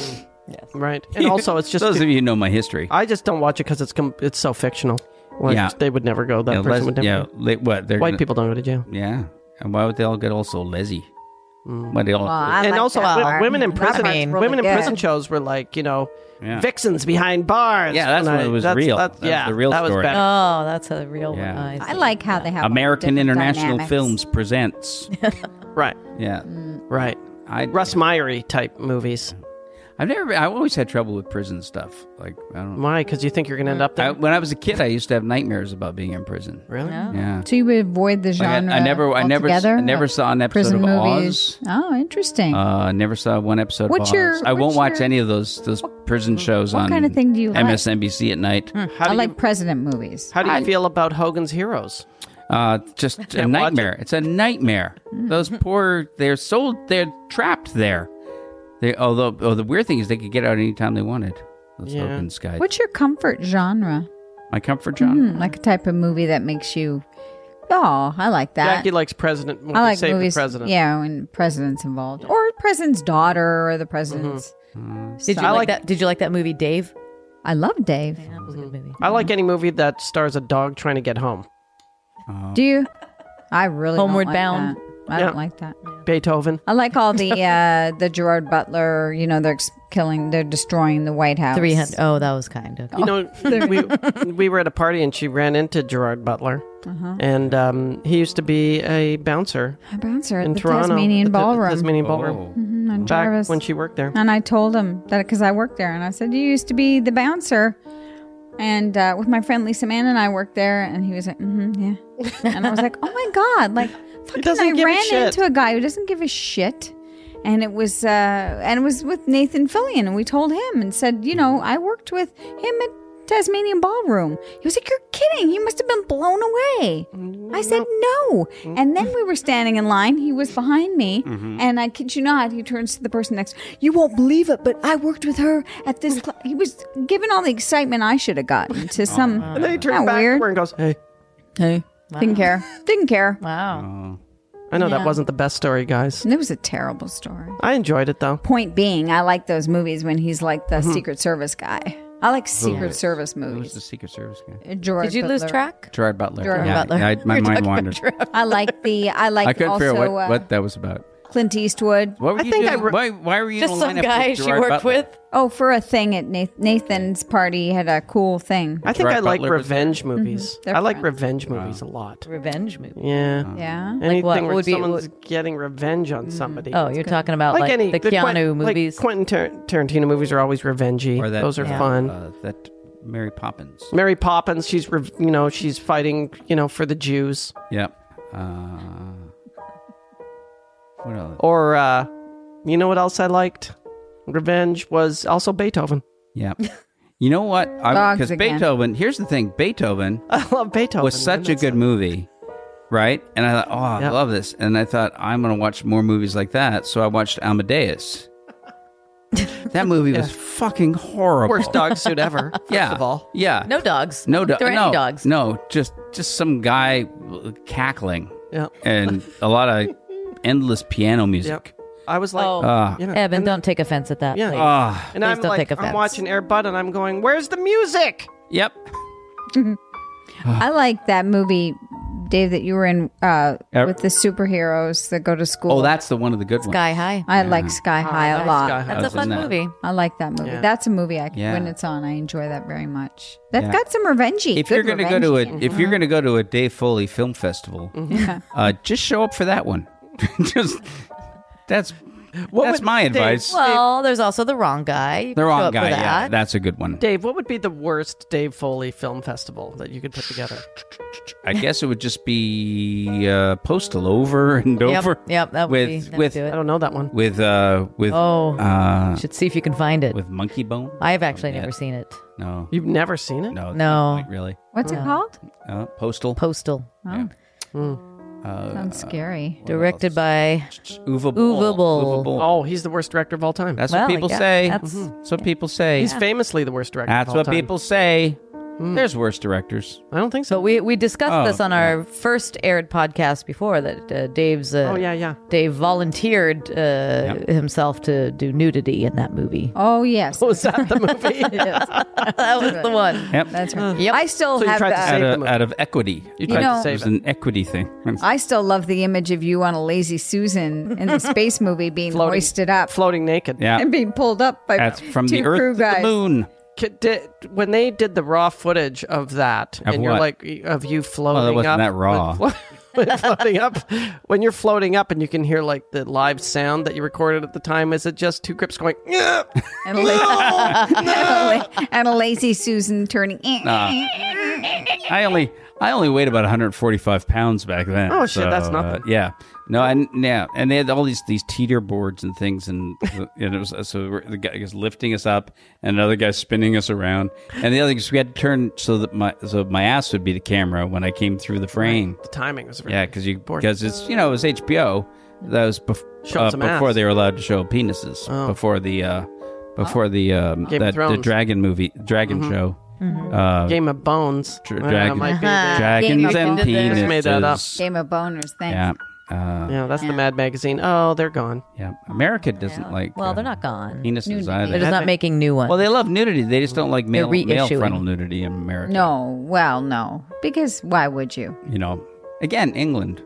B: Right. And also, it's just
A: Those of you who know my history.
B: I just don't watch it because it's com- it's so fictional. Like,
A: Yeah.
B: They would never go. That
A: yeah,
B: person
A: les-
B: would never.
A: yeah
B: go.
A: li- what they're
B: White
A: gonna-
B: people Mm. don't go to jail.
A: Yeah, and why would they all get all so lazy? Why they all?
D: Well, I
B: and
D: like
B: also,
D: that
B: wo-
D: part.
B: women in
D: That
B: prison,
D: part's really
B: women in
D: good.
B: prison shows were like, you know,
A: Yeah.
B: vixens behind bars.
A: Yeah, that's
B: And
A: when
B: I-
A: it was
B: that's-
A: real.
B: that's-
A: That was
B: yeah,
A: the real
B: that was
A: story.
B: better.
D: Uh.
E: Oh, that's a real
A: Yeah.
E: one. I
D: I
E: see.
D: like how they have all the
A: American
D: different
A: International
D: dynamics.
A: Films presents.
B: right,
A: yeah,
B: right.
A: I
B: Russ Meyerly type movies.
A: I've never. I've always had trouble with prison stuff. Like I don't.
B: Why? Because you think you're going to end up there.
A: I, when I was a kid, I used to have nightmares about being in prison.
B: really?
A: Yeah.
D: So you would avoid the
A: Like, I-
D: genre.
A: I, never, I never,
D: altogether?
A: I never saw an episode
D: prison
A: of
D: movies.
A: Oz.
D: Oh, interesting.
A: Uh, I never saw one episode
D: What's
A: of Oz.
D: your-
A: I won't
D: what's
A: watch
D: your-
A: any of those those prison shows
D: what
A: on
D: kind of thing do you like? Hmm.
A: MSNBC at night.
B: How do
D: I
B: you
D: like president movies.
B: How do you feel about Hogan's Heroes?
A: Uh, just a
B: watch
A: nightmare. It's a nightmare.
D: Hmm.
A: Those poor, they're so they're trapped there. They although oh, the weird thing is they could get out anytime they wanted. Those
B: Yeah.
A: open sky.
D: What's your comfort genre?
A: My comfort genre.
D: Hmm, Like a type of movie that makes you, oh, I like that.
B: Jackie likes President. When
D: I like
B: Save
D: movies.
B: the President.
D: Yeah, when president's involved, or president's daughter, or the president's.
A: Mm-hmm.
E: Did you
D: son.
E: like, that? Did you like that movie, Dave?
D: I love Dave.
E: That was a good
A: Mm-hmm.
E: movie.
A: Oh,
B: I like any movie that stars a dog trying to get home.
D: Hmm.
A: Oh.
D: Do you? I really don't
E: Homeward
D: like
E: Bound.
D: that. I
B: Yeah.
D: don't like that.
B: Beethoven.
D: I like all the uh, the Gerard Butler. You know, they're ex- killing, they're destroying the White House.
E: 300. Oh, that was kind. Okay.
B: You know, we, we were at a party and she ran into Gerard Butler.
D: Uh-huh.
B: And um, he used to be a bouncer
D: A bouncer at
B: in
D: the
B: Toronto.
D: Tasmanian
B: at the
D: Ballroom.
B: Tasmanian Ballroom.
A: Oh.
D: Mhm, and
B: Back
D: Jarvis.
B: when she worked there.
D: and I told him that because I worked there, and I said you used to be the bouncer, and uh, with my friend Lisa Mann and I worked there, and he was like, mm yeah, and I was like, oh my god, like fucking
B: doesn't
D: I
B: give a
D: ran
B: shit.
D: into a guy who doesn't give a shit. And it was, uh, and it was with Nathan Fillion, and we told him and said, you know, I worked with him at Tasmanian Ballroom. He was like, "You're kidding! He must have been blown away." I said,
B: Mm-hmm.
D: "No." And then we were standing in line. He was behind me,
B: Mm-hmm.
D: and I kid you not, he turns to the person next. You won't believe it, but I worked with her at this. Cl-. He was given all the excitement I should have gotten to some.
B: Oh, And then he turned
D: Isn't that
B: back
D: weird?
B: to her and goes, Hey,
D: Hey,
A: Oh.
D: didn't care. Didn't care.
E: Wow.
B: I know that wasn't the best story, guys.
D: And it was a terrible story.
B: I enjoyed it though.
D: Point being, I like those movies when he's like
A: Mm-hmm.
D: the Secret Service guy. I like Secret Service
A: Who's the
D: movies.
A: Secret Service guy?
D: George
E: Did you lose
D: Butler.
E: track?
A: Gerard Butler.
D: Gerard
A: yeah,
E: Butler.
A: yeah, I- my
E: You're
A: mind
E: talking about
A: wandered.
E: Gerard.
D: I like the. I like
A: I couldn't
D: also
A: figure out what,
D: uh,
A: what that was about.
D: Clint Eastwood.
A: What were
B: I
A: you
B: think I
A: doing?
B: re-
A: why, why were you
E: Just
A: in a
E: some
A: lineup
E: guy
A: with
E: she
A: Gerard
E: worked
A: Butler?
E: with.
D: Oh, for a thing at Nath- Nathan's party, he had a cool thing.
B: I think
A: Gerard
B: I like
A: Butler was
B: revenge movies.
D: They're
B: I like
D: fun.
B: revenge movies a lot.
E: Revenge movie.
B: Yeah.
D: yeah.
B: Anything
E: what? What
B: where
E: would be-
B: someone's getting revenge on somebody.
E: Oh, you're talking about like, the Keanu
B: Quent- like
E: movies.
B: Quentin Tar- Tarantino movies are always revengey.
A: Or that,
B: Those are
A: uh,
B: fun.
A: Uh, that Mary Poppins.
B: Mary Poppins, she's rev- you know she's fighting you know for the Jews.
A: Yep. Uh, what else?
B: Or uh, you know what else I liked? Revenge was also Beethoven.
A: Yep. You know what?
D: Dogs
A: Because
D: again.
A: Beethoven. Here's the thing. Beethoven
B: I love Oh, Beethoven.
A: was such a good movie, right? And I thought, oh, I
B: Yep.
A: love this. And I thought, I'm going to watch more movies like that. So I watched Amadeus. that movie was fucking horrible.
B: Worst dog suit ever. First
A: yeah.
B: of all,
A: Yeah.
E: No dogs.
A: No, do-
E: There are
A: no
E: any dogs.
A: No, just just some guy cackling
B: yeah,
A: and a lot of endless piano
B: yeah.
A: music.
B: I was like,
E: Oh.
A: Ah,
B: you know,
E: Evan, don't take offense at that.
B: Yeah.
E: please.
A: ah,
B: and
E: please
B: I'm
E: don't
B: like,
E: take offense.
B: I'm watching Air Bud, and I'm going, where's the music?
A: yep.
D: I like that movie, Dave, that you were in uh,
A: Ev-
D: with the superheroes that go to school.
A: Oh, that's the one of the good ones.
E: Sky High.
D: I like Sky High a lot.
B: Sky High.
E: That's a
A: Other than
E: fun
A: that.
E: movie.
D: I like that movie.
B: Yeah.
D: That's a movie I
A: Yeah.
D: when it's on, I enjoy that very much. That's
A: Yeah.
D: got some revengey.
A: If you're
D: going
A: gonna go to a if you're gonna go to a Dave Foley film festival,
E: Mm-hmm.
A: uh, just show up for that one. just that's that's
B: would
A: my
B: Dave-
A: advice.
E: Well, there's also the wrong guy. You
A: the
E: can show
A: wrong
E: up for
A: guy. Yeah,
E: that.
A: that's a good one.
B: Dave, what would be the worst Dave Foley film festival that you could put together?
A: I guess it would just be uh, postal over and over.
E: yep, that would be-
A: with
E: that'd
A: with
E: do
B: I
E: it.
B: don't know that one.
A: with uh with
E: Oh.
A: uh
E: Should see if you can find it.
A: with monkey bone.
E: I've actually
A: Yeah.
E: never seen it.
A: No,
B: You've never seen it?
A: no,
E: No.
A: not quite really.
D: What's it called?
A: Uh, postal. uh,
E: Postal,
A: Yeah.
D: Sounds scary.
E: directed by
A: Uva
E: Uwe Boll.
B: Oh, he's the worst director of all time.
A: That's
E: Well,
A: what people
E: yeah,
A: say. Mm-hmm.
E: that's-
A: That's what people say.
B: He's famously the worst director.
A: That's
B: of all
A: what
B: time.
A: people say.
B: Hmm.
A: There's worse directors.
B: I don't think so.
E: But we we discussed
A: Oh,
E: this on our first aired podcast before that uh, Dave's uh,
B: oh yeah, yeah.
E: Dave volunteered uh, himself to do nudity in that movie.
D: Oh yes,
B: Was that the movie?
E: that was the one.
A: Yep.
D: that's right.
E: Yep.
D: I still
B: So you
D: have
B: tried to
D: that.
A: out,
B: Save the
A: of,
B: movie.
A: out of equity.
B: You
D: tried to know-
A: it
B: save
A: was an equity thing.
D: I still love the image of you on a lazy Susan in the space movie being
B: Floating.
D: hoisted up
B: Floating naked.
A: yeah,
D: and being pulled up by
A: that's from
D: two
A: the
D: crew
A: Earth to the
D: guys.
A: Moon.
B: K- Did, when they did the raw footage of that,
A: Of
B: and you're
A: what?
B: like of you floating
A: Well, it wasn't
B: up,
A: that raw.
B: when- when floating up, when you're floating up, and you can hear like the live sound that you recorded at the time. Is it just two grips going? "Yeah."
D: and, a la- and a la- and a lazy Susan turning.
A: I only I only weighed about 145 pounds back then.
B: Oh, shit,
A: so,
B: that's
A: uh,
B: nothing.
A: yeah, no, and yeah, and they had all these these teeter boards and things, and, and it was so we're- the guy was lifting us up, and another guy spinning us around, and the other thing is we had to turn so that my so my ass would be the camera when I came through the frame.
B: The timing was really
A: Yeah, because you because it's you know it was HBO that was bef-
B: Showing
A: uh,
B: some
A: before
B: ass. Oh.
A: they were allowed to show penises before the uh, before the um,
B: Game of
A: that the
B: Thrones. Mm-hmm.
A: dragon movie dragon show. Uh,
B: Game of Bones.
A: Dra-
B: I don't know,
A: dragon-
B: might be the-
E: Uh-huh.
D: Game of
A: Dragons and
D: Thrones.
A: penises.
B: Just made that up.
D: Game of boners. Thanks.
A: Yeah. Uh,
B: Yeah, that's the Mad Magazine. Oh, they're gone.
A: yeah. America doesn't like.
E: Well,
A: uh,
E: they're not gone.
A: penises
E: They're just
A: either.
E: not making new ones.
A: Well, they love nudity. They just don't like male,
E: They're
A: male
E: reissuing.
A: frontal nudity in America.
D: No, well, no, because why would you?
A: You know, again, England.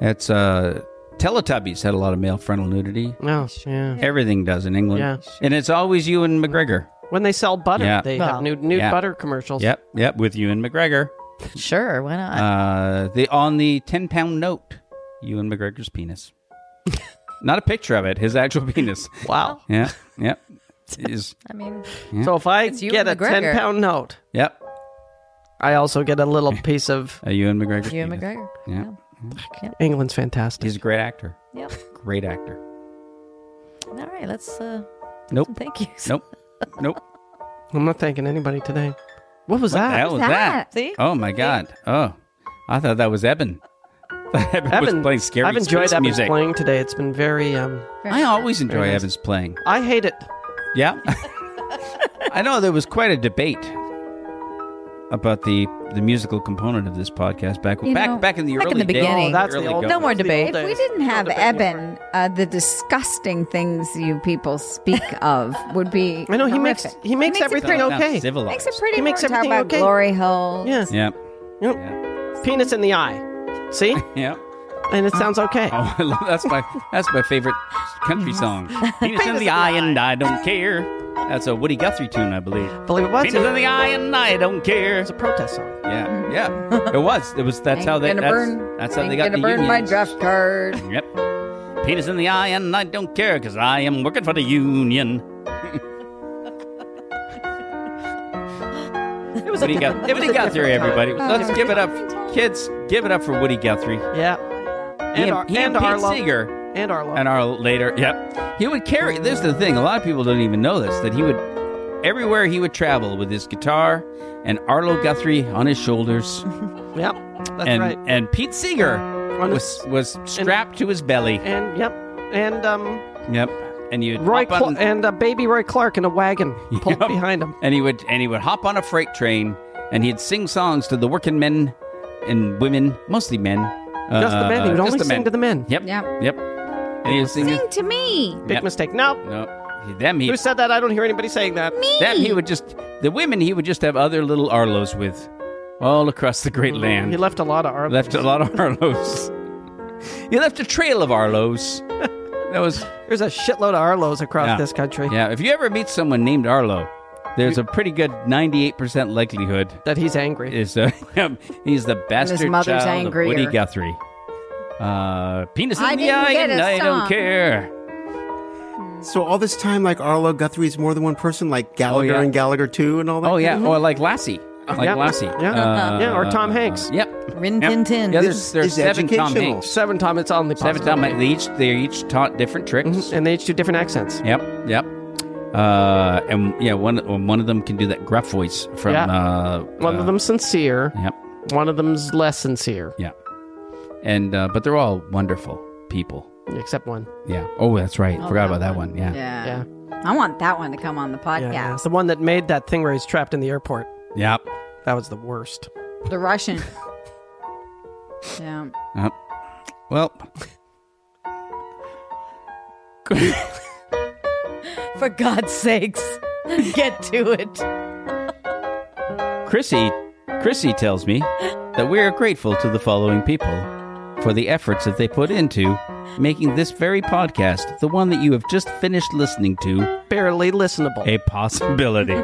A: It's uh, Teletubbies had a lot of male frontal nudity.
B: No, Oh, yeah.
A: Everything does in England.
B: Yeah.
A: And it's always you and McGregor.
B: When they sell butter,
A: Yeah.
B: they
E: Well.
B: have nude nude
A: Yeah.
B: butter commercials.
A: Yep, yep, with you and McGregor.
E: Sure, why not?
A: Uh, the on the ten pound note, you and McGregor's penis. Not a picture of it, his actual penis.
B: Wow.
A: Yeah, yep, is
E: I mean,
B: So if I
E: It's you
B: get a
E: and McGregor.
B: ten pound note,
A: yep,
B: I also get a little piece of
A: a you and McGregor's
E: you and
A: penis.
E: McGregor.
A: Yeah.
B: England's fantastic.
A: He's a great actor.
E: Yep.
A: Great actor.
E: All right, let's. Uh,
A: Nope.
E: thank you.
A: Nope. Nope.
B: I'm not thanking anybody today. What was
A: What the
B: Oh, that?
A: hell was
D: that?
A: that?
E: See?
A: Oh my god. Oh, I thought that was Eben. Eben, was playing scary
B: I've enjoyed
A: space
B: Evan's
A: music.
B: playing today. It's been very. um
A: I always enjoy
B: Very nice.
A: Evan's playing.
B: I hate it.
A: Yeah. I know there was quite a debate about the the musical component of this podcast back
D: You
A: back
D: know,
A: back in the
E: back in
A: early
E: the
A: days.
E: beginning.
B: Oh, that's
A: Early
B: the old.
A: going.
E: No more
B: that's the
E: debate.
B: old
D: If we
B: days.
D: didn't have
B: Still debate.
D: Eben, uh, the disgusting things you people speak of would be.
B: I know he makes
D: horrific.
B: he makes
D: it
B: everything
D: pretty-
A: Sound
B: okay.
A: civilized.
D: Makes it pretty.
B: He makes
D: important to talk
B: everything
D: about
B: okay.
D: glory hole.
B: Yeah.
A: Yep.
B: Yep.
A: Yeah.
B: Penis in the eye. See,
A: Yep.
B: and it sounds okay.
A: Oh, I love, that's my that's my favorite country song. Penis in the eye and I don't care. That's a Woody Guthrie tune, I believe.
B: I believe it was.
A: Penis in the eye and I don't care.
B: It's a protest song.
A: Yeah, yeah. It was. It was. That's
D: Ain't
A: how they.
D: gonna
A: That's,
D: burn.
A: that's how
D: ain't
A: they got
D: gonna
A: the
D: burn
A: unions.
D: my draft card.
A: Yep. Penis in the eye, and I don't care because I am working for the union.
B: It was
A: Woody,
B: a
A: Guth-
B: different- it was
A: Woody Guthrie,
B: a different time.
A: everybody. Let's give it up, kids. Give it up for Woody Guthrie.
B: Yeah.
A: He
B: And our,
A: he
B: and
A: Pete
B: our love.
A: Seeger
B: And our love.
A: and our later. Yep. He would carry. There's the thing. A lot of people don't even know this that he would everywhere he would travel with his guitar and Arlo Guthrie on his shoulders,
B: yep. That's
A: and
B: right.
A: and Pete Seeger
B: On
A: was
B: his-
A: was strapped to his belly.
B: And yep. And um,
A: Yep. And you'd
B: Roy
A: hop on-
B: Cla- and uh, baby Roy Clark in a wagon pulled
A: Yep.
B: behind him.
A: and he would and he would hop on a freight train and he'd sing songs to the working men and women, mostly men.
B: Just the men. He would
A: Uh, just
B: only sing to the men.
A: Yep.
D: Yeah.
A: Yep. And he would sing.
D: Sing to me.
B: Big
A: Yep.
B: mistake. No.
A: No. He- Them he
B: Who said that? I don't hear anybody saying that.
A: them he would just the women he would just have other little Arlos with, all across the great land.
B: He left a lot of our
A: Left a lot of Arlos. he left a trail of Arlos. that was
B: There's a shitload of Arlos across
A: Yeah.
B: this country
A: yeah. If you ever meet someone named Arlo, there's a pretty good ninety eight percent likelihood
B: that he's angry.
A: is uh, he's the bastard
D: mother's
A: child
D: angrier.
A: of Woody Guthrie. Uh, penis in
D: I
A: the
D: didn't
A: eye,
D: get
A: and
D: a
A: I don't
D: song.
A: care.
F: So all this time, like Arlo Guthrie is more than one person, like Gallagher
A: Oh, yeah.
F: and Gallagher Two, and all that.
A: Oh yeah, or like Lassie, like
B: Yeah.
A: Lassie, Uh,
B: Yeah. Yeah, or Tom Hanks.
A: Yep.
E: Rin
A: Yep.
E: Tin Tin.
A: Yeah, there's, there's
F: is
A: seven Tom
F: educational.
A: Hanks.
B: Seven times it's on the
A: Seven Tom Hanks. They each they each taught different tricks.
F: Mm-hmm.
B: and they each do different accents.
A: Yep, yep. Uh, and yeah, one one of them can do that gruff voice from
B: Yeah.
A: uh,
B: One
A: uh,
B: of them's sincere.
A: Yep,
B: One of them's less sincere,
A: yeah. And uh, but they're all wonderful people.
B: except one.
A: Yeah. Oh, that's right. Forgot about that one.
D: Yeah.
B: Yeah.
D: I want that one to come on the podcast.
B: It's the one that made that thing where he's trapped in the airport.
A: Yep.
B: That was the worst.
D: The Russian. yeah.
A: Uh, well,
E: For God's sakes, get to it.
A: Chrissy, Chrissy tells me that we are grateful to the following people for the efforts that they put into making this very podcast, the one that you have just finished listening to,
B: Barely listenable.
A: a possibility.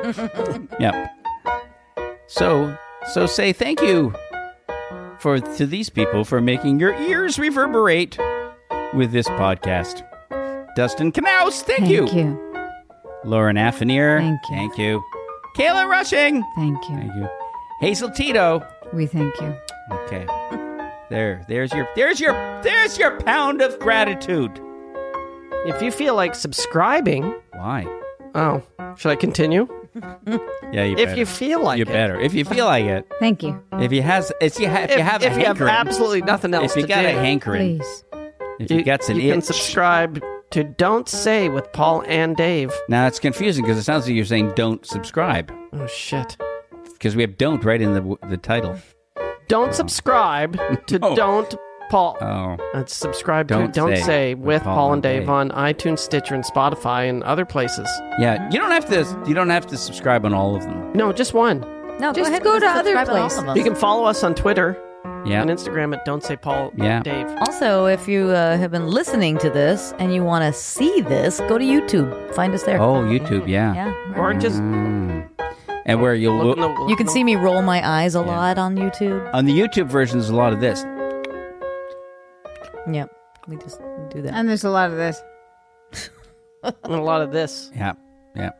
A: yep. So, so say thank you for to these people for making your ears reverberate with this podcast. Dustin Knaus, thank,
D: Thank you.
A: Lauren Affinier,
D: Thank you.
A: Thank you. Kayla Rushing.
D: Thank you.
A: Thank you. Hazel Tito.
D: We thank you.
A: Okay. There, there's your there's your there's your pound of gratitude.
B: If you feel like subscribing,
A: Why?
B: oh, should I continue?
A: Yeah, you
B: If
A: better.
B: you feel like
A: you
B: it.
A: better. If you feel like it.
D: Thank you.
A: If you has if you, ha- if, you have a
B: if you have
A: hankering.
B: absolutely nothing else
A: if you
B: to
A: got
B: do,
A: a hankering.
D: Please.
A: If you got an
B: you can
A: itch.
B: subscribe to Don't Say with Paul and Dave.
A: Now it's confusing because it sounds like you're saying don't subscribe
B: Oh shit.
A: because we have don't right in the the title.
B: Don't subscribe to
A: No.
B: Don't Paul.
A: Oh.
B: Uh, subscribe
A: Don't
B: to Don't
A: Say
B: Say, with Paul, and Dave, on iTunes, Stitcher, and Spotify, and other places.
A: Yeah, you don't have to you don't have to subscribe on all of them.
B: No, just one.
E: No,
D: Just
E: go ahead
D: go
E: and
D: to other
E: subscribe all of
D: places.
E: us.
B: You can follow us on Twitter
A: Yeah.
B: on Instagram at Don't Say Paul
A: Yeah.
B: Dave.
E: Also, if you uh, have been listening to this and you want to see this, go to YouTube. Find us there.
A: Oh, YouTube, yeah.
E: Yeah.
B: Or just
A: Mm. And where you'll
B: look
A: look.
B: in the
E: You can see me roll my eyes a lot on YouTube.
A: on the YouTube version, there's a lot of this.
E: Yep. We just do that.
H: And there's a lot of this.
B: a lot of this.
A: Yeah. Yeah.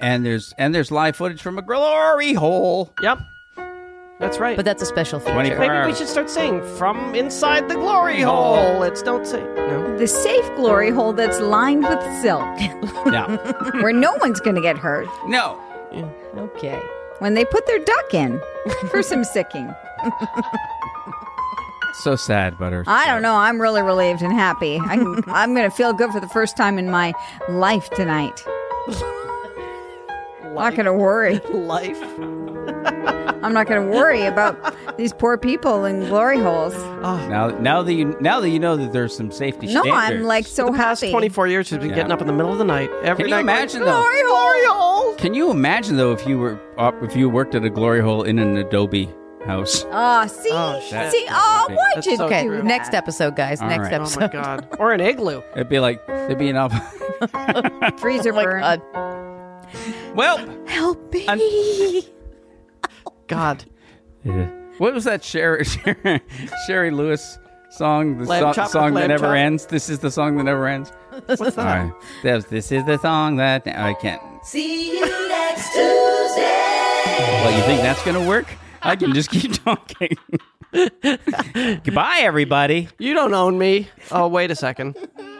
A: And there's and there's live footage from a glory hole.
B: Yep. That's right.
E: But that's a special feature.
A: 24
B: Maybe we should start saying from inside the glory hole. It's don't say no.
D: The safe glory hole that's lined with silk,
A: Yeah.
D: where no one's going to get hurt
A: no.
E: Okay.
D: when they put their duck in for some sicking.
A: So sad, butter.
D: I don't know. I'm really relieved and happy. I can, I'm going to feel good for the first time in my life tonight. Not going to worry.
B: Life.
D: I'm not going to worry about these poor people in glory holes.
A: Now, now that you now that you know that there's some safety.
D: No, I'm
A: standards.
D: like so
B: the past
D: happy.
B: 24 years, she's been
A: Yeah.
B: getting up in the middle of the night every
A: Can you
B: night. going,
A: imagine though?
B: Glory hole.
A: Can you imagine though if you were up, if you worked at a glory hole in an adobe house?
D: Oh, see,
B: Oh, shit.
D: see, oh, why'd
B: That's
D: you
B: so
D: do
E: Okay.
B: true.
D: that?
E: Next episode, guys.
A: All
E: Next
A: right.
B: Oh
E: episode.
B: my god. Or an igloo.
A: It'd be like it'd be an op-
D: freezer burn.
E: God.
A: Well,
E: Uh, Help me.
B: God.
A: what was that Sherry Sherry, Sherry Lewis song? The
B: Lamb
A: so-
B: chop with
A: song that
B: lamb
A: never
B: chop.
A: ends. This is the song that never ends. What's that? this is the song that I can't. See you next Tuesday. Well, you think that's gonna work? I can just keep talking. Goodbye, everybody.
B: You don't own me. Oh, wait a second.